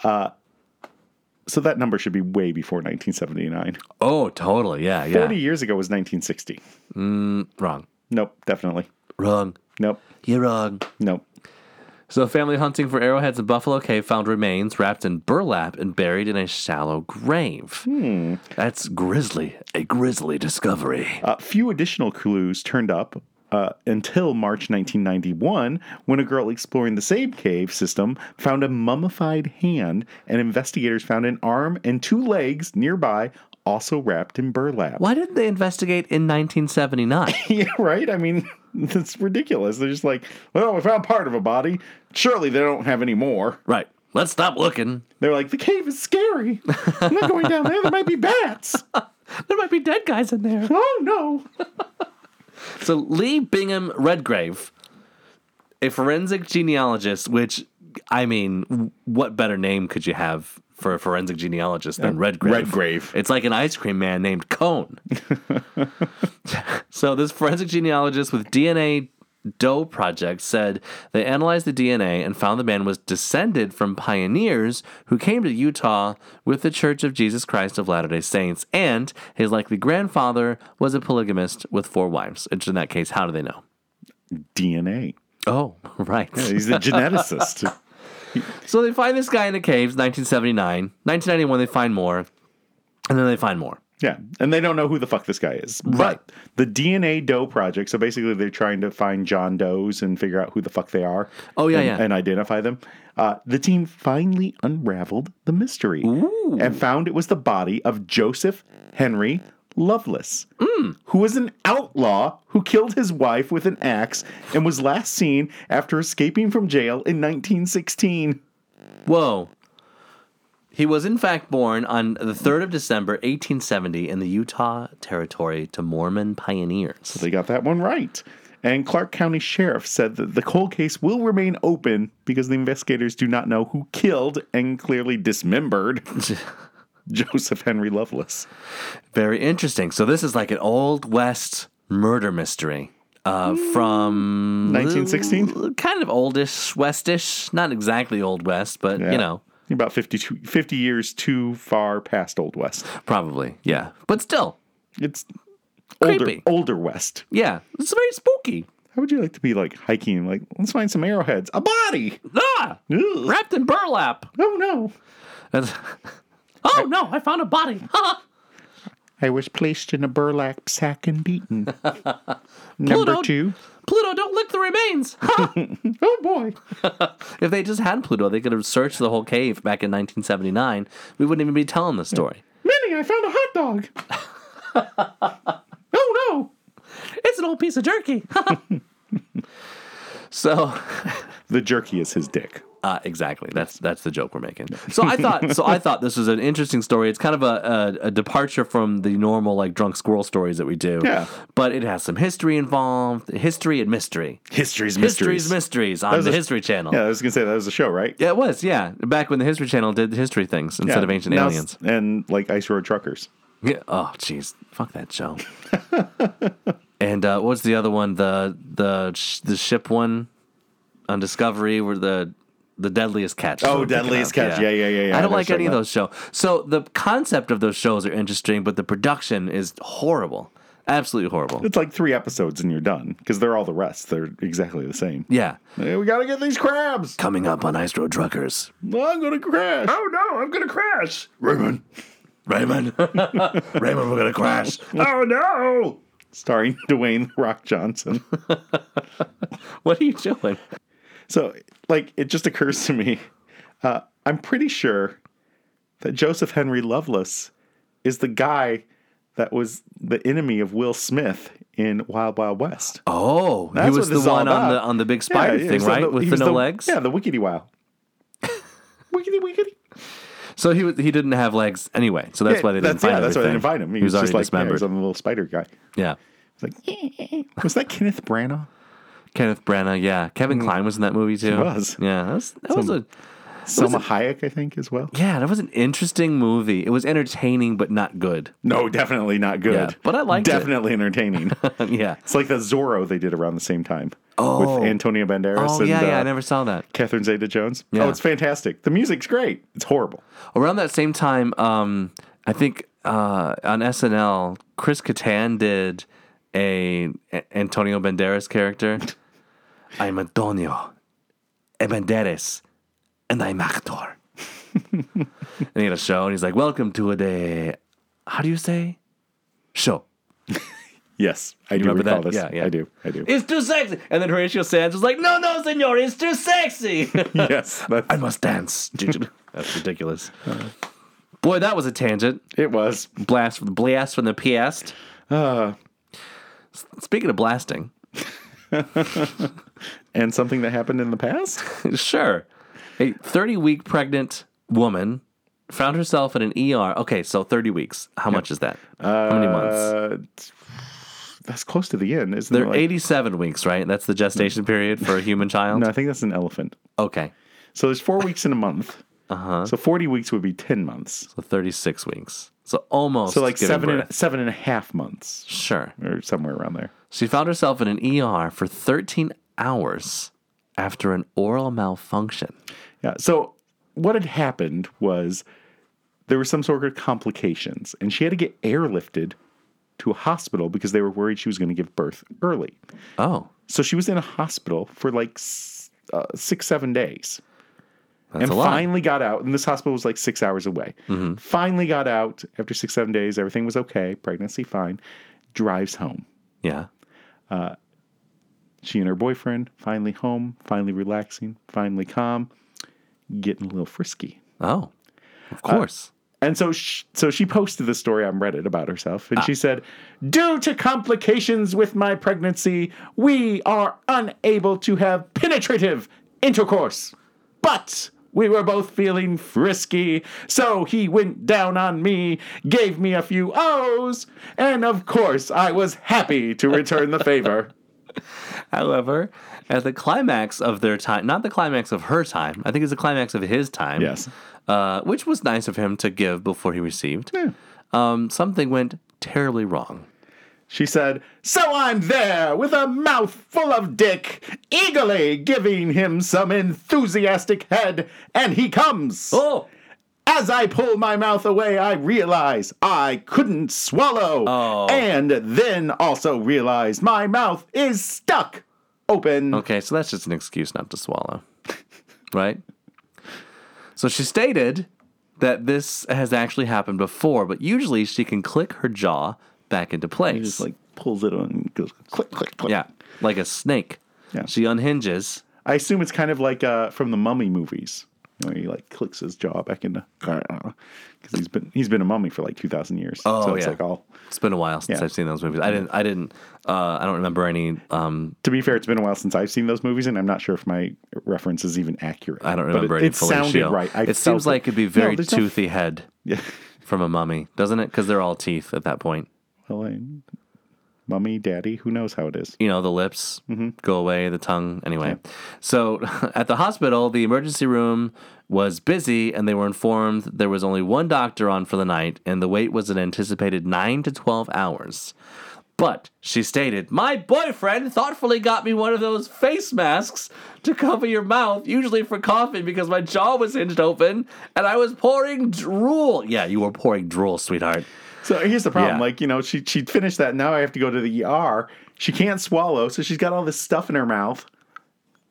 [SPEAKER 1] so that number should be way before 1979.
[SPEAKER 2] Oh, totally. Yeah. Yeah.
[SPEAKER 1] 40 years ago was 1960.
[SPEAKER 2] Wrong.
[SPEAKER 1] Nope, definitely.
[SPEAKER 2] Wrong.
[SPEAKER 1] Nope,
[SPEAKER 2] You're wrong.
[SPEAKER 1] nope.
[SPEAKER 2] So, a family hunting for arrowheads in Buffalo Cave found remains wrapped in burlap and buried in a shallow grave. That's grisly. A grisly discovery.
[SPEAKER 1] Uh, few additional clues turned up uh, until March 1991, when a girl exploring the same cave system found a mummified hand, and investigators found an arm and two legs nearby, also wrapped in burlap.
[SPEAKER 2] Why didn't they investigate in 1979?
[SPEAKER 1] Yeah, right? I mean, that's ridiculous. They're just like, well, we found part of a body. Surely they don't have any more.
[SPEAKER 2] right. Let's stop looking.
[SPEAKER 1] They're like, the cave is scary. I'm not going down there. There might be bats.
[SPEAKER 2] There might be dead guys in there.
[SPEAKER 1] Oh, no.
[SPEAKER 2] So Lee Bingham Redgrave, a forensic genealogist, which I mean, w- what better name could you have for a forensic genealogist than Redgrave?
[SPEAKER 1] Redgrave.
[SPEAKER 2] It's like an ice cream man named Cone. so this forensic genealogist with DNA Doe Project said they analyzed the DNA and found the man was descended from pioneers who came to Utah with the Church of Jesus Christ of Latter-day Saints, and his likely grandfather was a polygamist with four wives. Which in that case, how do they know?
[SPEAKER 1] DNA.
[SPEAKER 2] Oh, right.
[SPEAKER 1] He's the geneticist.
[SPEAKER 2] So they find this guy in the caves, 1979. 1991, they find more. And then they find more.
[SPEAKER 1] Yeah, and they don't know who the fuck this guy is. But
[SPEAKER 2] Right.
[SPEAKER 1] the DNA Doe project. So basically, they're trying to find John Does and figure out who the fuck they are.
[SPEAKER 2] Oh, yeah,
[SPEAKER 1] and,
[SPEAKER 2] yeah.
[SPEAKER 1] and identify them. Uh, the team finally unraveled the mystery and found it was the body of Joseph Henry Lovelace,
[SPEAKER 2] Mm.
[SPEAKER 1] who was an outlaw who killed his wife with an axe and was last seen after escaping from jail in 1916.
[SPEAKER 2] Whoa. He was, in fact, born on the 3rd of December, 1870, in the Utah territory to Mormon pioneers.
[SPEAKER 1] They got that one right. And Clark County Sheriff said that the cold case will remain open because the investigators do not know who killed and clearly dismembered Joseph Henry Lovelace.
[SPEAKER 2] Very interesting. So, this is like an Old West murder mystery uh,
[SPEAKER 1] Hmm.
[SPEAKER 2] from
[SPEAKER 1] 1916?
[SPEAKER 2] kind of oldish, westish. Not exactly Old West, but you know,
[SPEAKER 1] About 52, 50 years too far past Old West.
[SPEAKER 2] probably. Yeah. But still,
[SPEAKER 1] It's older,
[SPEAKER 2] Creepy.
[SPEAKER 1] older West.
[SPEAKER 2] yeah, it's very spooky.
[SPEAKER 1] How would you like to be like hiking, like, let's find some arrowheads? A body!
[SPEAKER 2] Ah!
[SPEAKER 1] Ugh.
[SPEAKER 2] wrapped in burlap.
[SPEAKER 1] Oh no.
[SPEAKER 2] That's- oh no, I found a body.
[SPEAKER 1] I was placed in a burlap sack and beaten. Number
[SPEAKER 2] Pluto.
[SPEAKER 1] two.
[SPEAKER 2] Pluto, don't lick the remains.
[SPEAKER 1] Oh boy.
[SPEAKER 2] if they just had Pluto, they could have searched the whole cave back in 1979. We wouldn't even be telling the story.
[SPEAKER 1] Minnie, I found a hot dog. oh no.
[SPEAKER 2] It's an old piece of jerky. so,
[SPEAKER 1] The jerky is his dick.
[SPEAKER 2] Uh, exactly. That's that's the joke we're making. So I thought so I thought this was an interesting story. It's kind of a, a, a departure from the normal like drunk squirrel stories that we do.
[SPEAKER 1] Yeah.
[SPEAKER 2] But it has some history involved, history and mystery.
[SPEAKER 1] History's mysteries.
[SPEAKER 2] History's mysteries on
[SPEAKER 1] was
[SPEAKER 2] the
[SPEAKER 1] a-
[SPEAKER 2] History Channel.
[SPEAKER 1] yeah,
[SPEAKER 2] Yeah.
[SPEAKER 1] I was gonna say that was a show, right?
[SPEAKER 2] it was. Yeah, back when the History Channel did the history things instead
[SPEAKER 1] Yeah.
[SPEAKER 2] of ancient
[SPEAKER 1] Now it's-
[SPEAKER 2] aliens.
[SPEAKER 1] and like Ice Road Truckers.
[SPEAKER 2] Yeah. Oh, jeez. Fuck that show. and uh, what's the other one? The the sh- the ship one on Discovery, where the the deadliest catch. is
[SPEAKER 1] Oh,
[SPEAKER 2] what I'm thinking
[SPEAKER 1] Deadliest
[SPEAKER 2] of.
[SPEAKER 1] Catch. Yeah, yeah, yeah, yeah.
[SPEAKER 2] I
[SPEAKER 1] I know
[SPEAKER 2] don't
[SPEAKER 1] what
[SPEAKER 2] like
[SPEAKER 1] you're
[SPEAKER 2] any of
[SPEAKER 1] talking
[SPEAKER 2] those shows. So the concept of those shows are interesting, but the production is horrible. Absolutely horrible.
[SPEAKER 1] It's like three episodes and you're done because they're all the rest. They're exactly the same.
[SPEAKER 2] Yeah.
[SPEAKER 1] Hey, we gotta get these crabs.
[SPEAKER 2] Coming up on Ice Road Truckers.
[SPEAKER 1] I'm gonna crash. Oh no, I'm gonna crash.
[SPEAKER 4] Raymond.
[SPEAKER 2] Raymond. Raymond, we're going to crash.
[SPEAKER 1] Oh no. Starring Dwayne "The Rock Johnson.
[SPEAKER 2] what are you doing?
[SPEAKER 1] So, like, it just occurs to me, uh, I'm pretty sure that Joseph Henry Lovelace is the guy that was the enemy of Will Smith in Wild Wild West.
[SPEAKER 2] Oh,
[SPEAKER 1] That's
[SPEAKER 2] he was
[SPEAKER 1] what
[SPEAKER 2] the
[SPEAKER 1] this is all
[SPEAKER 2] one on
[SPEAKER 1] about.
[SPEAKER 2] the on the big spider
[SPEAKER 1] Yeah, yeah,
[SPEAKER 2] thing,
[SPEAKER 1] so
[SPEAKER 2] right?
[SPEAKER 1] the-
[SPEAKER 2] With
[SPEAKER 1] he
[SPEAKER 2] the
[SPEAKER 1] was
[SPEAKER 2] no
[SPEAKER 1] the-
[SPEAKER 2] legs.
[SPEAKER 1] Yeah, the wickety wow. wickety wickety.
[SPEAKER 2] So he was- he didn't have legs anyway. So that's why they didn't
[SPEAKER 1] that's,
[SPEAKER 2] find
[SPEAKER 1] yeah, that's why they didn't
[SPEAKER 2] everything.
[SPEAKER 1] find him. He,
[SPEAKER 2] He
[SPEAKER 1] was,
[SPEAKER 2] was already
[SPEAKER 1] just like, yeah, he
[SPEAKER 2] dismembered.
[SPEAKER 1] was on the little spider guy.
[SPEAKER 2] Yeah.
[SPEAKER 1] It's like, was that Kenneth Branagh?
[SPEAKER 2] Kenneth Branagh, yeah. Kevin Klein was in that movie too.
[SPEAKER 1] Mm. was.
[SPEAKER 2] Yeah, that was, that was a
[SPEAKER 1] Selma Hayek, I think, as well.
[SPEAKER 2] yeah, that was an interesting movie. It was entertaining but not good.
[SPEAKER 1] No, definitely not good.
[SPEAKER 2] Yeah, but I liked it.
[SPEAKER 1] Definitely entertaining.
[SPEAKER 2] yeah.
[SPEAKER 1] It's like the Zorro they did around the same time.
[SPEAKER 2] Oh.
[SPEAKER 1] With Antonio Banderas
[SPEAKER 2] Oh
[SPEAKER 1] and
[SPEAKER 2] yeah, yeah,
[SPEAKER 1] uh,
[SPEAKER 2] I never saw that.
[SPEAKER 1] Catherine Zeta Jones.
[SPEAKER 2] Yeah.
[SPEAKER 1] Oh, it's fantastic. The music's great. It's horrible.
[SPEAKER 2] Around that same time, um, I think uh, on SNL, Chris Kattan did a, a- Antonio Banderas character. I'm Antonio E. Banderas, and I'm actor. and he had a show, and he's like, "Welcome to the how do you say show."
[SPEAKER 1] Yes, I do
[SPEAKER 2] remember
[SPEAKER 1] recall
[SPEAKER 2] that?
[SPEAKER 1] this.
[SPEAKER 2] Yeah, yeah.
[SPEAKER 1] I do. I do.
[SPEAKER 2] It's too sexy, and then Horatio Sands was like, "No, no, senor, it's too sexy."
[SPEAKER 1] yes, that's,
[SPEAKER 2] I must dance. That's ridiculous. Boy, that was a tangent.
[SPEAKER 1] it was.
[SPEAKER 2] blast blast from the past.
[SPEAKER 1] Uh,
[SPEAKER 2] Speaking of blasting,
[SPEAKER 1] and something that happened in the past?
[SPEAKER 2] sure. A 30 week pregnant woman found herself in an ER. Okay, so 30 weeks. How much is that? How many months?
[SPEAKER 1] Uh, it's- that's close to the end, isn't
[SPEAKER 2] They're
[SPEAKER 1] it? Like- Mm.
[SPEAKER 2] 87 weeks, right? That's the gestation period for a human child.
[SPEAKER 1] No, I think that's an elephant.
[SPEAKER 2] Okay,
[SPEAKER 1] So there's four weeks in a month. Uh-huh. So 40 weeks would be 10 months.
[SPEAKER 2] so 36 weeks. So almost.
[SPEAKER 1] So like
[SPEAKER 2] giving
[SPEAKER 1] seven
[SPEAKER 2] birth.
[SPEAKER 1] and, seven and a half months
[SPEAKER 2] Sure.
[SPEAKER 1] or somewhere around there.
[SPEAKER 2] She found herself in an ER for 13 hours after an oral malfunction.
[SPEAKER 1] Yeah. So what had happened was there were some sort of complications, and she had to get airlifted to a hospital because they were worried she was going to give birth early.
[SPEAKER 2] Oh,
[SPEAKER 1] So she was in a hospital for like s- uh, six, seven days.
[SPEAKER 2] that's
[SPEAKER 1] and
[SPEAKER 2] a lot. Mm-hmm.
[SPEAKER 1] finally got out. And this hospital was like six hours away. Finally got out after six, seven days. Everything was okay. Pregnancy fine. Drives home.
[SPEAKER 2] Yeah.
[SPEAKER 1] She and her boyfriend finally home, finally relaxing, finally calm, getting a little frisky. Uh,
[SPEAKER 2] Oh, of course.
[SPEAKER 1] And so, sh so she posted this story on Reddit about herself, and she said, "Due to complications with my pregnancy, we are unable to have penetrative intercourse, but." We were both feeling frisky, so he went down on me, gave me a few O's, and of course I was happy to return the favor.
[SPEAKER 2] However, at the climax of their time, not the climax of her time, I think it's the climax of his time.
[SPEAKER 1] Yes.
[SPEAKER 2] Uh, which was nice of him to give before he received. Um, something went terribly wrong.
[SPEAKER 1] She said, So I'm there with a mouth full of dick, eagerly giving him some enthusiastic head, and he comes.
[SPEAKER 2] Oh!
[SPEAKER 1] As I pull my mouth away, I realize I couldn't swallow.
[SPEAKER 2] Oh.
[SPEAKER 1] And then also realize my mouth is stuck open.
[SPEAKER 2] Okay, so that's just an excuse not to swallow. right? So she stated that this has actually happened before, but usually she can click her jaw back into place.
[SPEAKER 1] Just like pulls it on and goes click, click, click.
[SPEAKER 2] yeah, like a snake.
[SPEAKER 1] Yeah.
[SPEAKER 2] She unhinges.
[SPEAKER 1] I assume it's kind of like uh, from the mummy movies. You know, he like clicks his jaw back into because he's been he's been a mummy for like two thousand years.
[SPEAKER 2] Oh,
[SPEAKER 1] so it's
[SPEAKER 2] yeah.
[SPEAKER 1] like all.
[SPEAKER 2] It's been a while since
[SPEAKER 1] Yeah.
[SPEAKER 2] I've seen those movies. I didn't. I didn't. Uh, I don't remember any. Um,
[SPEAKER 1] To be fair, it's been a while since I've seen those movies, and I'm not sure if my reference is even accurate.
[SPEAKER 2] I don't
[SPEAKER 1] But
[SPEAKER 2] remember
[SPEAKER 1] it,
[SPEAKER 2] any.
[SPEAKER 1] It sounded
[SPEAKER 2] fellatio.
[SPEAKER 1] right. I
[SPEAKER 2] it
[SPEAKER 1] felt
[SPEAKER 2] seems like it'd be very
[SPEAKER 1] No, there's no-
[SPEAKER 2] toothy head
[SPEAKER 1] Yeah.
[SPEAKER 2] from a mummy, doesn't it? Because they're all teeth at that point.
[SPEAKER 1] Well, I, mummy, daddy, who knows how it is?
[SPEAKER 2] you know, the lips
[SPEAKER 1] Mm-hmm.
[SPEAKER 2] go away, the tongue. Anyway, so at the hospital, the emergency room was busy and they were informed there was only one doctor on for the night and the wait was an anticipated nine to 12 hours. But she stated, My boyfriend thoughtfully got me one of those face masks to cover your mouth, usually for coughing because my jaw was hinged open and I was pouring drool. Yeah, you were pouring drool, sweetheart.
[SPEAKER 1] So here's the problem.
[SPEAKER 2] Yeah.
[SPEAKER 1] Like, you know, she she finished that. Now I have to go to the ER. She can't swallow, so she's got all this stuff in her mouth.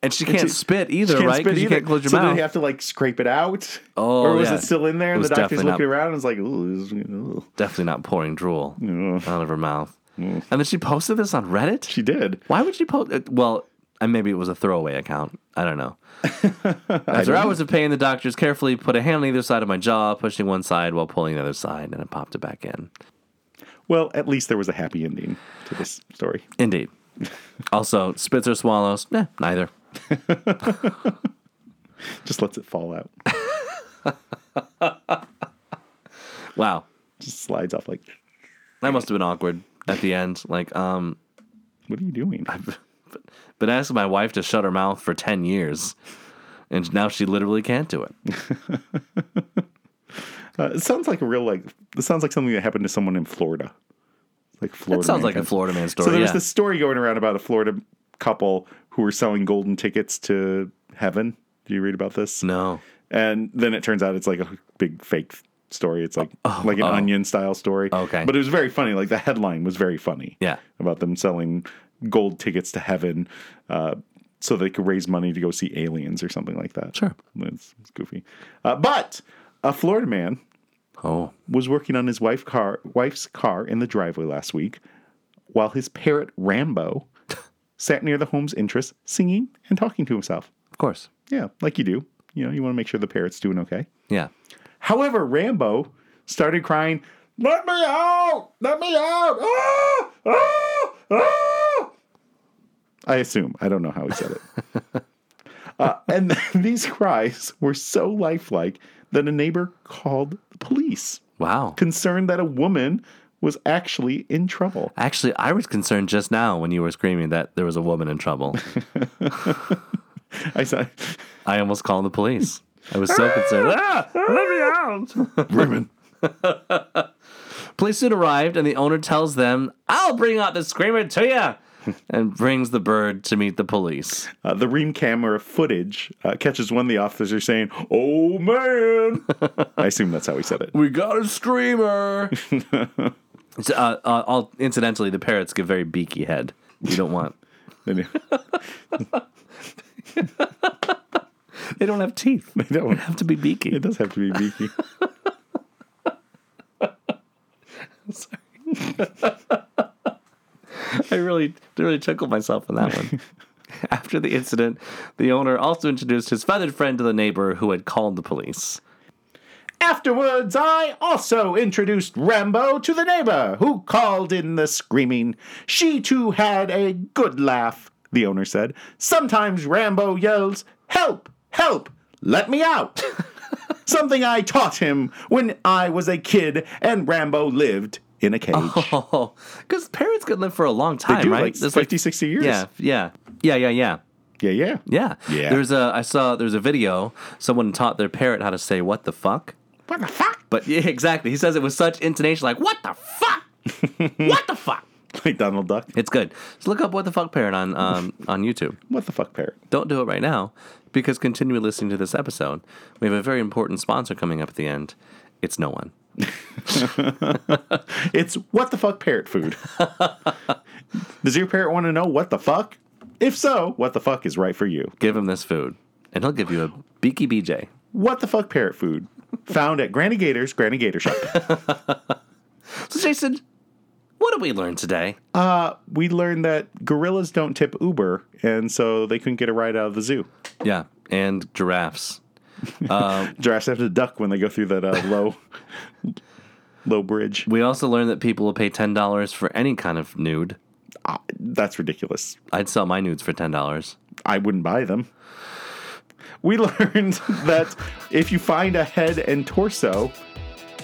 [SPEAKER 2] And she can't
[SPEAKER 1] she-
[SPEAKER 2] spit either,
[SPEAKER 1] She can't
[SPEAKER 2] right?
[SPEAKER 1] spit
[SPEAKER 2] Because you
[SPEAKER 1] either.
[SPEAKER 2] can't close your
[SPEAKER 1] so
[SPEAKER 2] mouth.
[SPEAKER 1] did they have to like scrape it out?
[SPEAKER 2] Oh,
[SPEAKER 1] or was
[SPEAKER 2] yeah.
[SPEAKER 1] it still in there?
[SPEAKER 2] It
[SPEAKER 1] And
[SPEAKER 2] was
[SPEAKER 1] the doctor's
[SPEAKER 2] definitely
[SPEAKER 1] looking around and was like, "Ooh, this is- ooh."
[SPEAKER 2] definitely not pouring drool out of her mouth. And then she posted this on Reddit.
[SPEAKER 1] she did."
[SPEAKER 2] Why would she post? uh, Well, and maybe it was a throwaway account. I don't know. After hours of pain, the doctors carefully put a hand on either side of my jaw, pushing one side while pulling the other side, and I popped it back in.
[SPEAKER 1] Well, at least there was a happy ending to this story.
[SPEAKER 2] Indeed. also, spits or swallows? Nah, neither.
[SPEAKER 1] Just lets it fall out.
[SPEAKER 2] Wow,
[SPEAKER 1] Just slides off. Like,
[SPEAKER 2] that must have been awkward at the end. Like, um,
[SPEAKER 1] what are you doing?
[SPEAKER 2] been asking my wife to shut her mouth for ten years, and now she literally can't do it.
[SPEAKER 1] Uh, it sounds like a real like. It sounds like something that happened to someone in Florida. Like Florida.
[SPEAKER 2] It sounds
[SPEAKER 1] man
[SPEAKER 2] like a
[SPEAKER 1] comes-
[SPEAKER 2] Florida man story.
[SPEAKER 1] So there was
[SPEAKER 2] yeah.
[SPEAKER 1] this story going around about a Florida couple who were selling golden tickets to heaven. Do you read about this?
[SPEAKER 2] no.
[SPEAKER 1] And then it turns out it's like a big fake story. It's like like an onion style story.
[SPEAKER 2] Oh, Okay.
[SPEAKER 1] But it was very funny. Like the headline was very funny.
[SPEAKER 2] Yeah.
[SPEAKER 1] About them selling gold tickets to heaven uh, so they could raise money to go see aliens or something like that.
[SPEAKER 2] Sure.
[SPEAKER 1] It's, it's goofy. Uh, but a Florida man
[SPEAKER 2] Oh.
[SPEAKER 1] was working on his wife car, wife's car in the driveway last week while his parrot Rambo sat near the home's entrance singing and talking to himself.
[SPEAKER 2] Of course.
[SPEAKER 1] Yeah, like you do. You know, you want to make sure the parrot's doing okay.
[SPEAKER 2] Yeah.
[SPEAKER 1] However, Rambo started crying, Let me out! Let me out! Ah! Ah! Ah! I assume. I don't know how he said it. uh, and these cries were so lifelike that a neighbor called the police
[SPEAKER 2] Wow.
[SPEAKER 1] concerned that a woman was actually in trouble.
[SPEAKER 2] Actually, I was concerned just now when you were screaming that there was a woman in trouble.
[SPEAKER 1] I said,
[SPEAKER 2] I almost called the police. I was so concerned. Ah, let me out!
[SPEAKER 1] "Women,
[SPEAKER 2] police soon arrived, and the owner tells them, "I'll bring out the screamer to you," and brings the bird to meet the police.
[SPEAKER 1] Uh, the Ream camera footage uh, catches one of the officers saying, "Oh man!" I assume that's how he said it.
[SPEAKER 2] We got a screamer. So, uh, uh, all, incidentally, the parrots give very beaky head. You don't want.
[SPEAKER 1] They
[SPEAKER 2] They don't have teeth. They
[SPEAKER 1] don't.
[SPEAKER 2] have to be beaky.
[SPEAKER 1] It does have to be beaky.
[SPEAKER 2] I really, really tickled myself on that one. After the incident, the owner also introduced his feathered friend to the neighbor who had called the police.
[SPEAKER 1] Afterwards, I also introduced Rambo to the neighbor, who called in the screaming. She too had a good laugh, the owner said. Sometimes Rambo yells, Help! Help! Let me out! Something I taught him when I was a kid and Rambo lived in a cage.
[SPEAKER 2] Oh, because parrots could live for a long time,
[SPEAKER 1] do,
[SPEAKER 2] right?
[SPEAKER 1] like
[SPEAKER 2] There's
[SPEAKER 1] 50, 60 years.
[SPEAKER 2] Yeah, yeah, yeah, yeah, yeah.
[SPEAKER 1] Yeah, yeah.
[SPEAKER 2] Yeah.
[SPEAKER 1] Yeah.
[SPEAKER 2] There's a I saw there's a video someone taught their parrot how to say what the fuck.
[SPEAKER 1] What the fuck?
[SPEAKER 2] But yeah, exactly. He says it with such intonation like what the fuck? what the fuck?
[SPEAKER 1] Like Donald Duck.
[SPEAKER 2] It's good. So look up what the fuck parrot on um, on YouTube.
[SPEAKER 1] What the fuck, parrot?
[SPEAKER 2] Don't do it right now because continue listening to this episode. We have a very important sponsor coming up at the end. It's no one.
[SPEAKER 1] It's what the fuck parrot food. Does your parrot want to know what the fuck? If so, what the fuck is right for you?
[SPEAKER 2] Give him this food, and he'll give you a beaky BJ.
[SPEAKER 1] What the fuck parrot food? Found at Granny Gator's Granny Gator Shop.
[SPEAKER 2] So, Jason, what did we learn today?
[SPEAKER 1] we learned that gorillas don't tip Uber, and so they couldn't get a ride out of the zoo.
[SPEAKER 2] Yeah, and giraffes.
[SPEAKER 1] Giraffes have to duck when they go through that uh, low, low bridge.
[SPEAKER 2] We also learned that people will pay ten dollars for any kind of nude.
[SPEAKER 1] Ah, that's ridiculous.
[SPEAKER 2] I'd sell my nudes for ten dollars.
[SPEAKER 1] I wouldn't buy them. We learned that if you find a head and torso,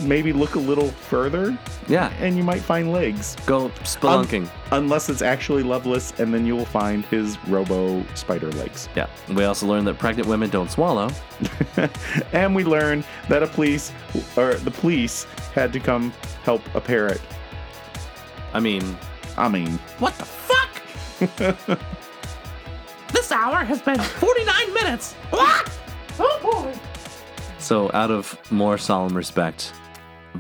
[SPEAKER 1] maybe look a little further
[SPEAKER 2] Yeah,
[SPEAKER 1] and you might find legs.
[SPEAKER 2] go
[SPEAKER 1] Um,
[SPEAKER 2] spelunking.
[SPEAKER 1] unless it's actually Loveless, and then you will find his robo spider legs.
[SPEAKER 2] yeah. We also learned that pregnant women don't swallow.
[SPEAKER 1] And we learn that a police, or the police, had to come help a parrot.
[SPEAKER 2] I mean,
[SPEAKER 1] I mean,
[SPEAKER 5] What the fuck? this hour has been 49 minutes. What? Oh boy.
[SPEAKER 2] So, out of more solemn respect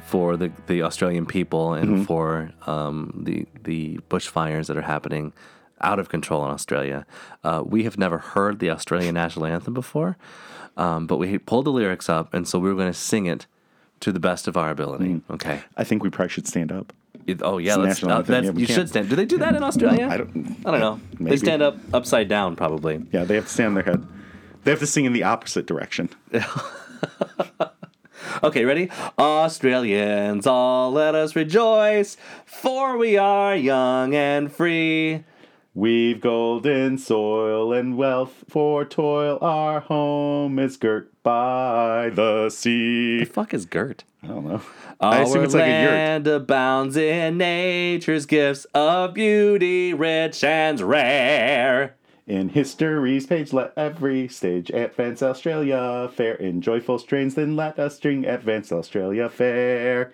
[SPEAKER 2] for the, the Australian people and
[SPEAKER 1] Mm-hmm.
[SPEAKER 2] for um, the the bushfires that are happening out of control in Australia, uh, we have never heard the Australian national anthem before, um, but we pulled the lyrics up, and so we were going to sing it to the best of our ability. Okay.
[SPEAKER 1] I think we probably should stand up.
[SPEAKER 2] It- oh yeah,
[SPEAKER 1] Mm. It's the
[SPEAKER 2] that's,
[SPEAKER 1] national
[SPEAKER 2] uh,
[SPEAKER 1] anthem,
[SPEAKER 2] that's
[SPEAKER 1] yeah, we
[SPEAKER 2] you
[SPEAKER 1] can't-
[SPEAKER 2] should stand. Do they do that in Australia?
[SPEAKER 1] I don't-
[SPEAKER 2] I don't know. They
[SPEAKER 1] Maybe.
[SPEAKER 2] stand up upside down, probably.
[SPEAKER 1] Yeah, they have to stand on their head. They have to sing in the opposite direction.
[SPEAKER 2] Okay, ready? Australians, all let us rejoice, for we are young and free.
[SPEAKER 1] We've golden soil and wealth for toil. Our home is girt by the sea.
[SPEAKER 2] fuck is Gert?
[SPEAKER 1] I don't know.
[SPEAKER 2] Our
[SPEAKER 1] I assume it's like a yurt.
[SPEAKER 2] land abounds in nature's gifts of beauty, rich and rare.
[SPEAKER 1] In history's page, let every stage advance Australia fair. In joyful strains, then let us string advance Australia fair.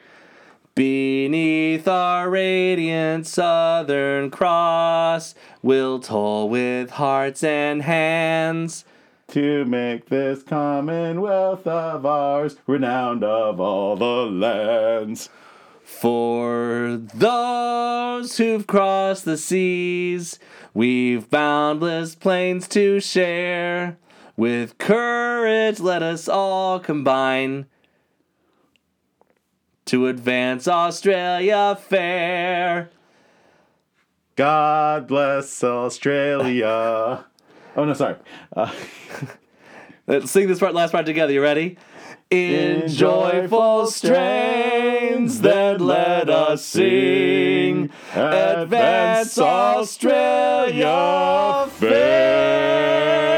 [SPEAKER 2] Beneath our radiant southern cross, we'll toil with hearts and hands.
[SPEAKER 1] To make this commonwealth of ours renowned of all the lands.
[SPEAKER 2] For those who've crossed the seas, we've boundless plains to share. With courage, let us all combine to advance Australia fair.
[SPEAKER 1] God bless Australia. oh, no, sorry. Uh,
[SPEAKER 2] Let's sing this part, last part together. You ready? In joyful strains that let us sing, advance Australia fair.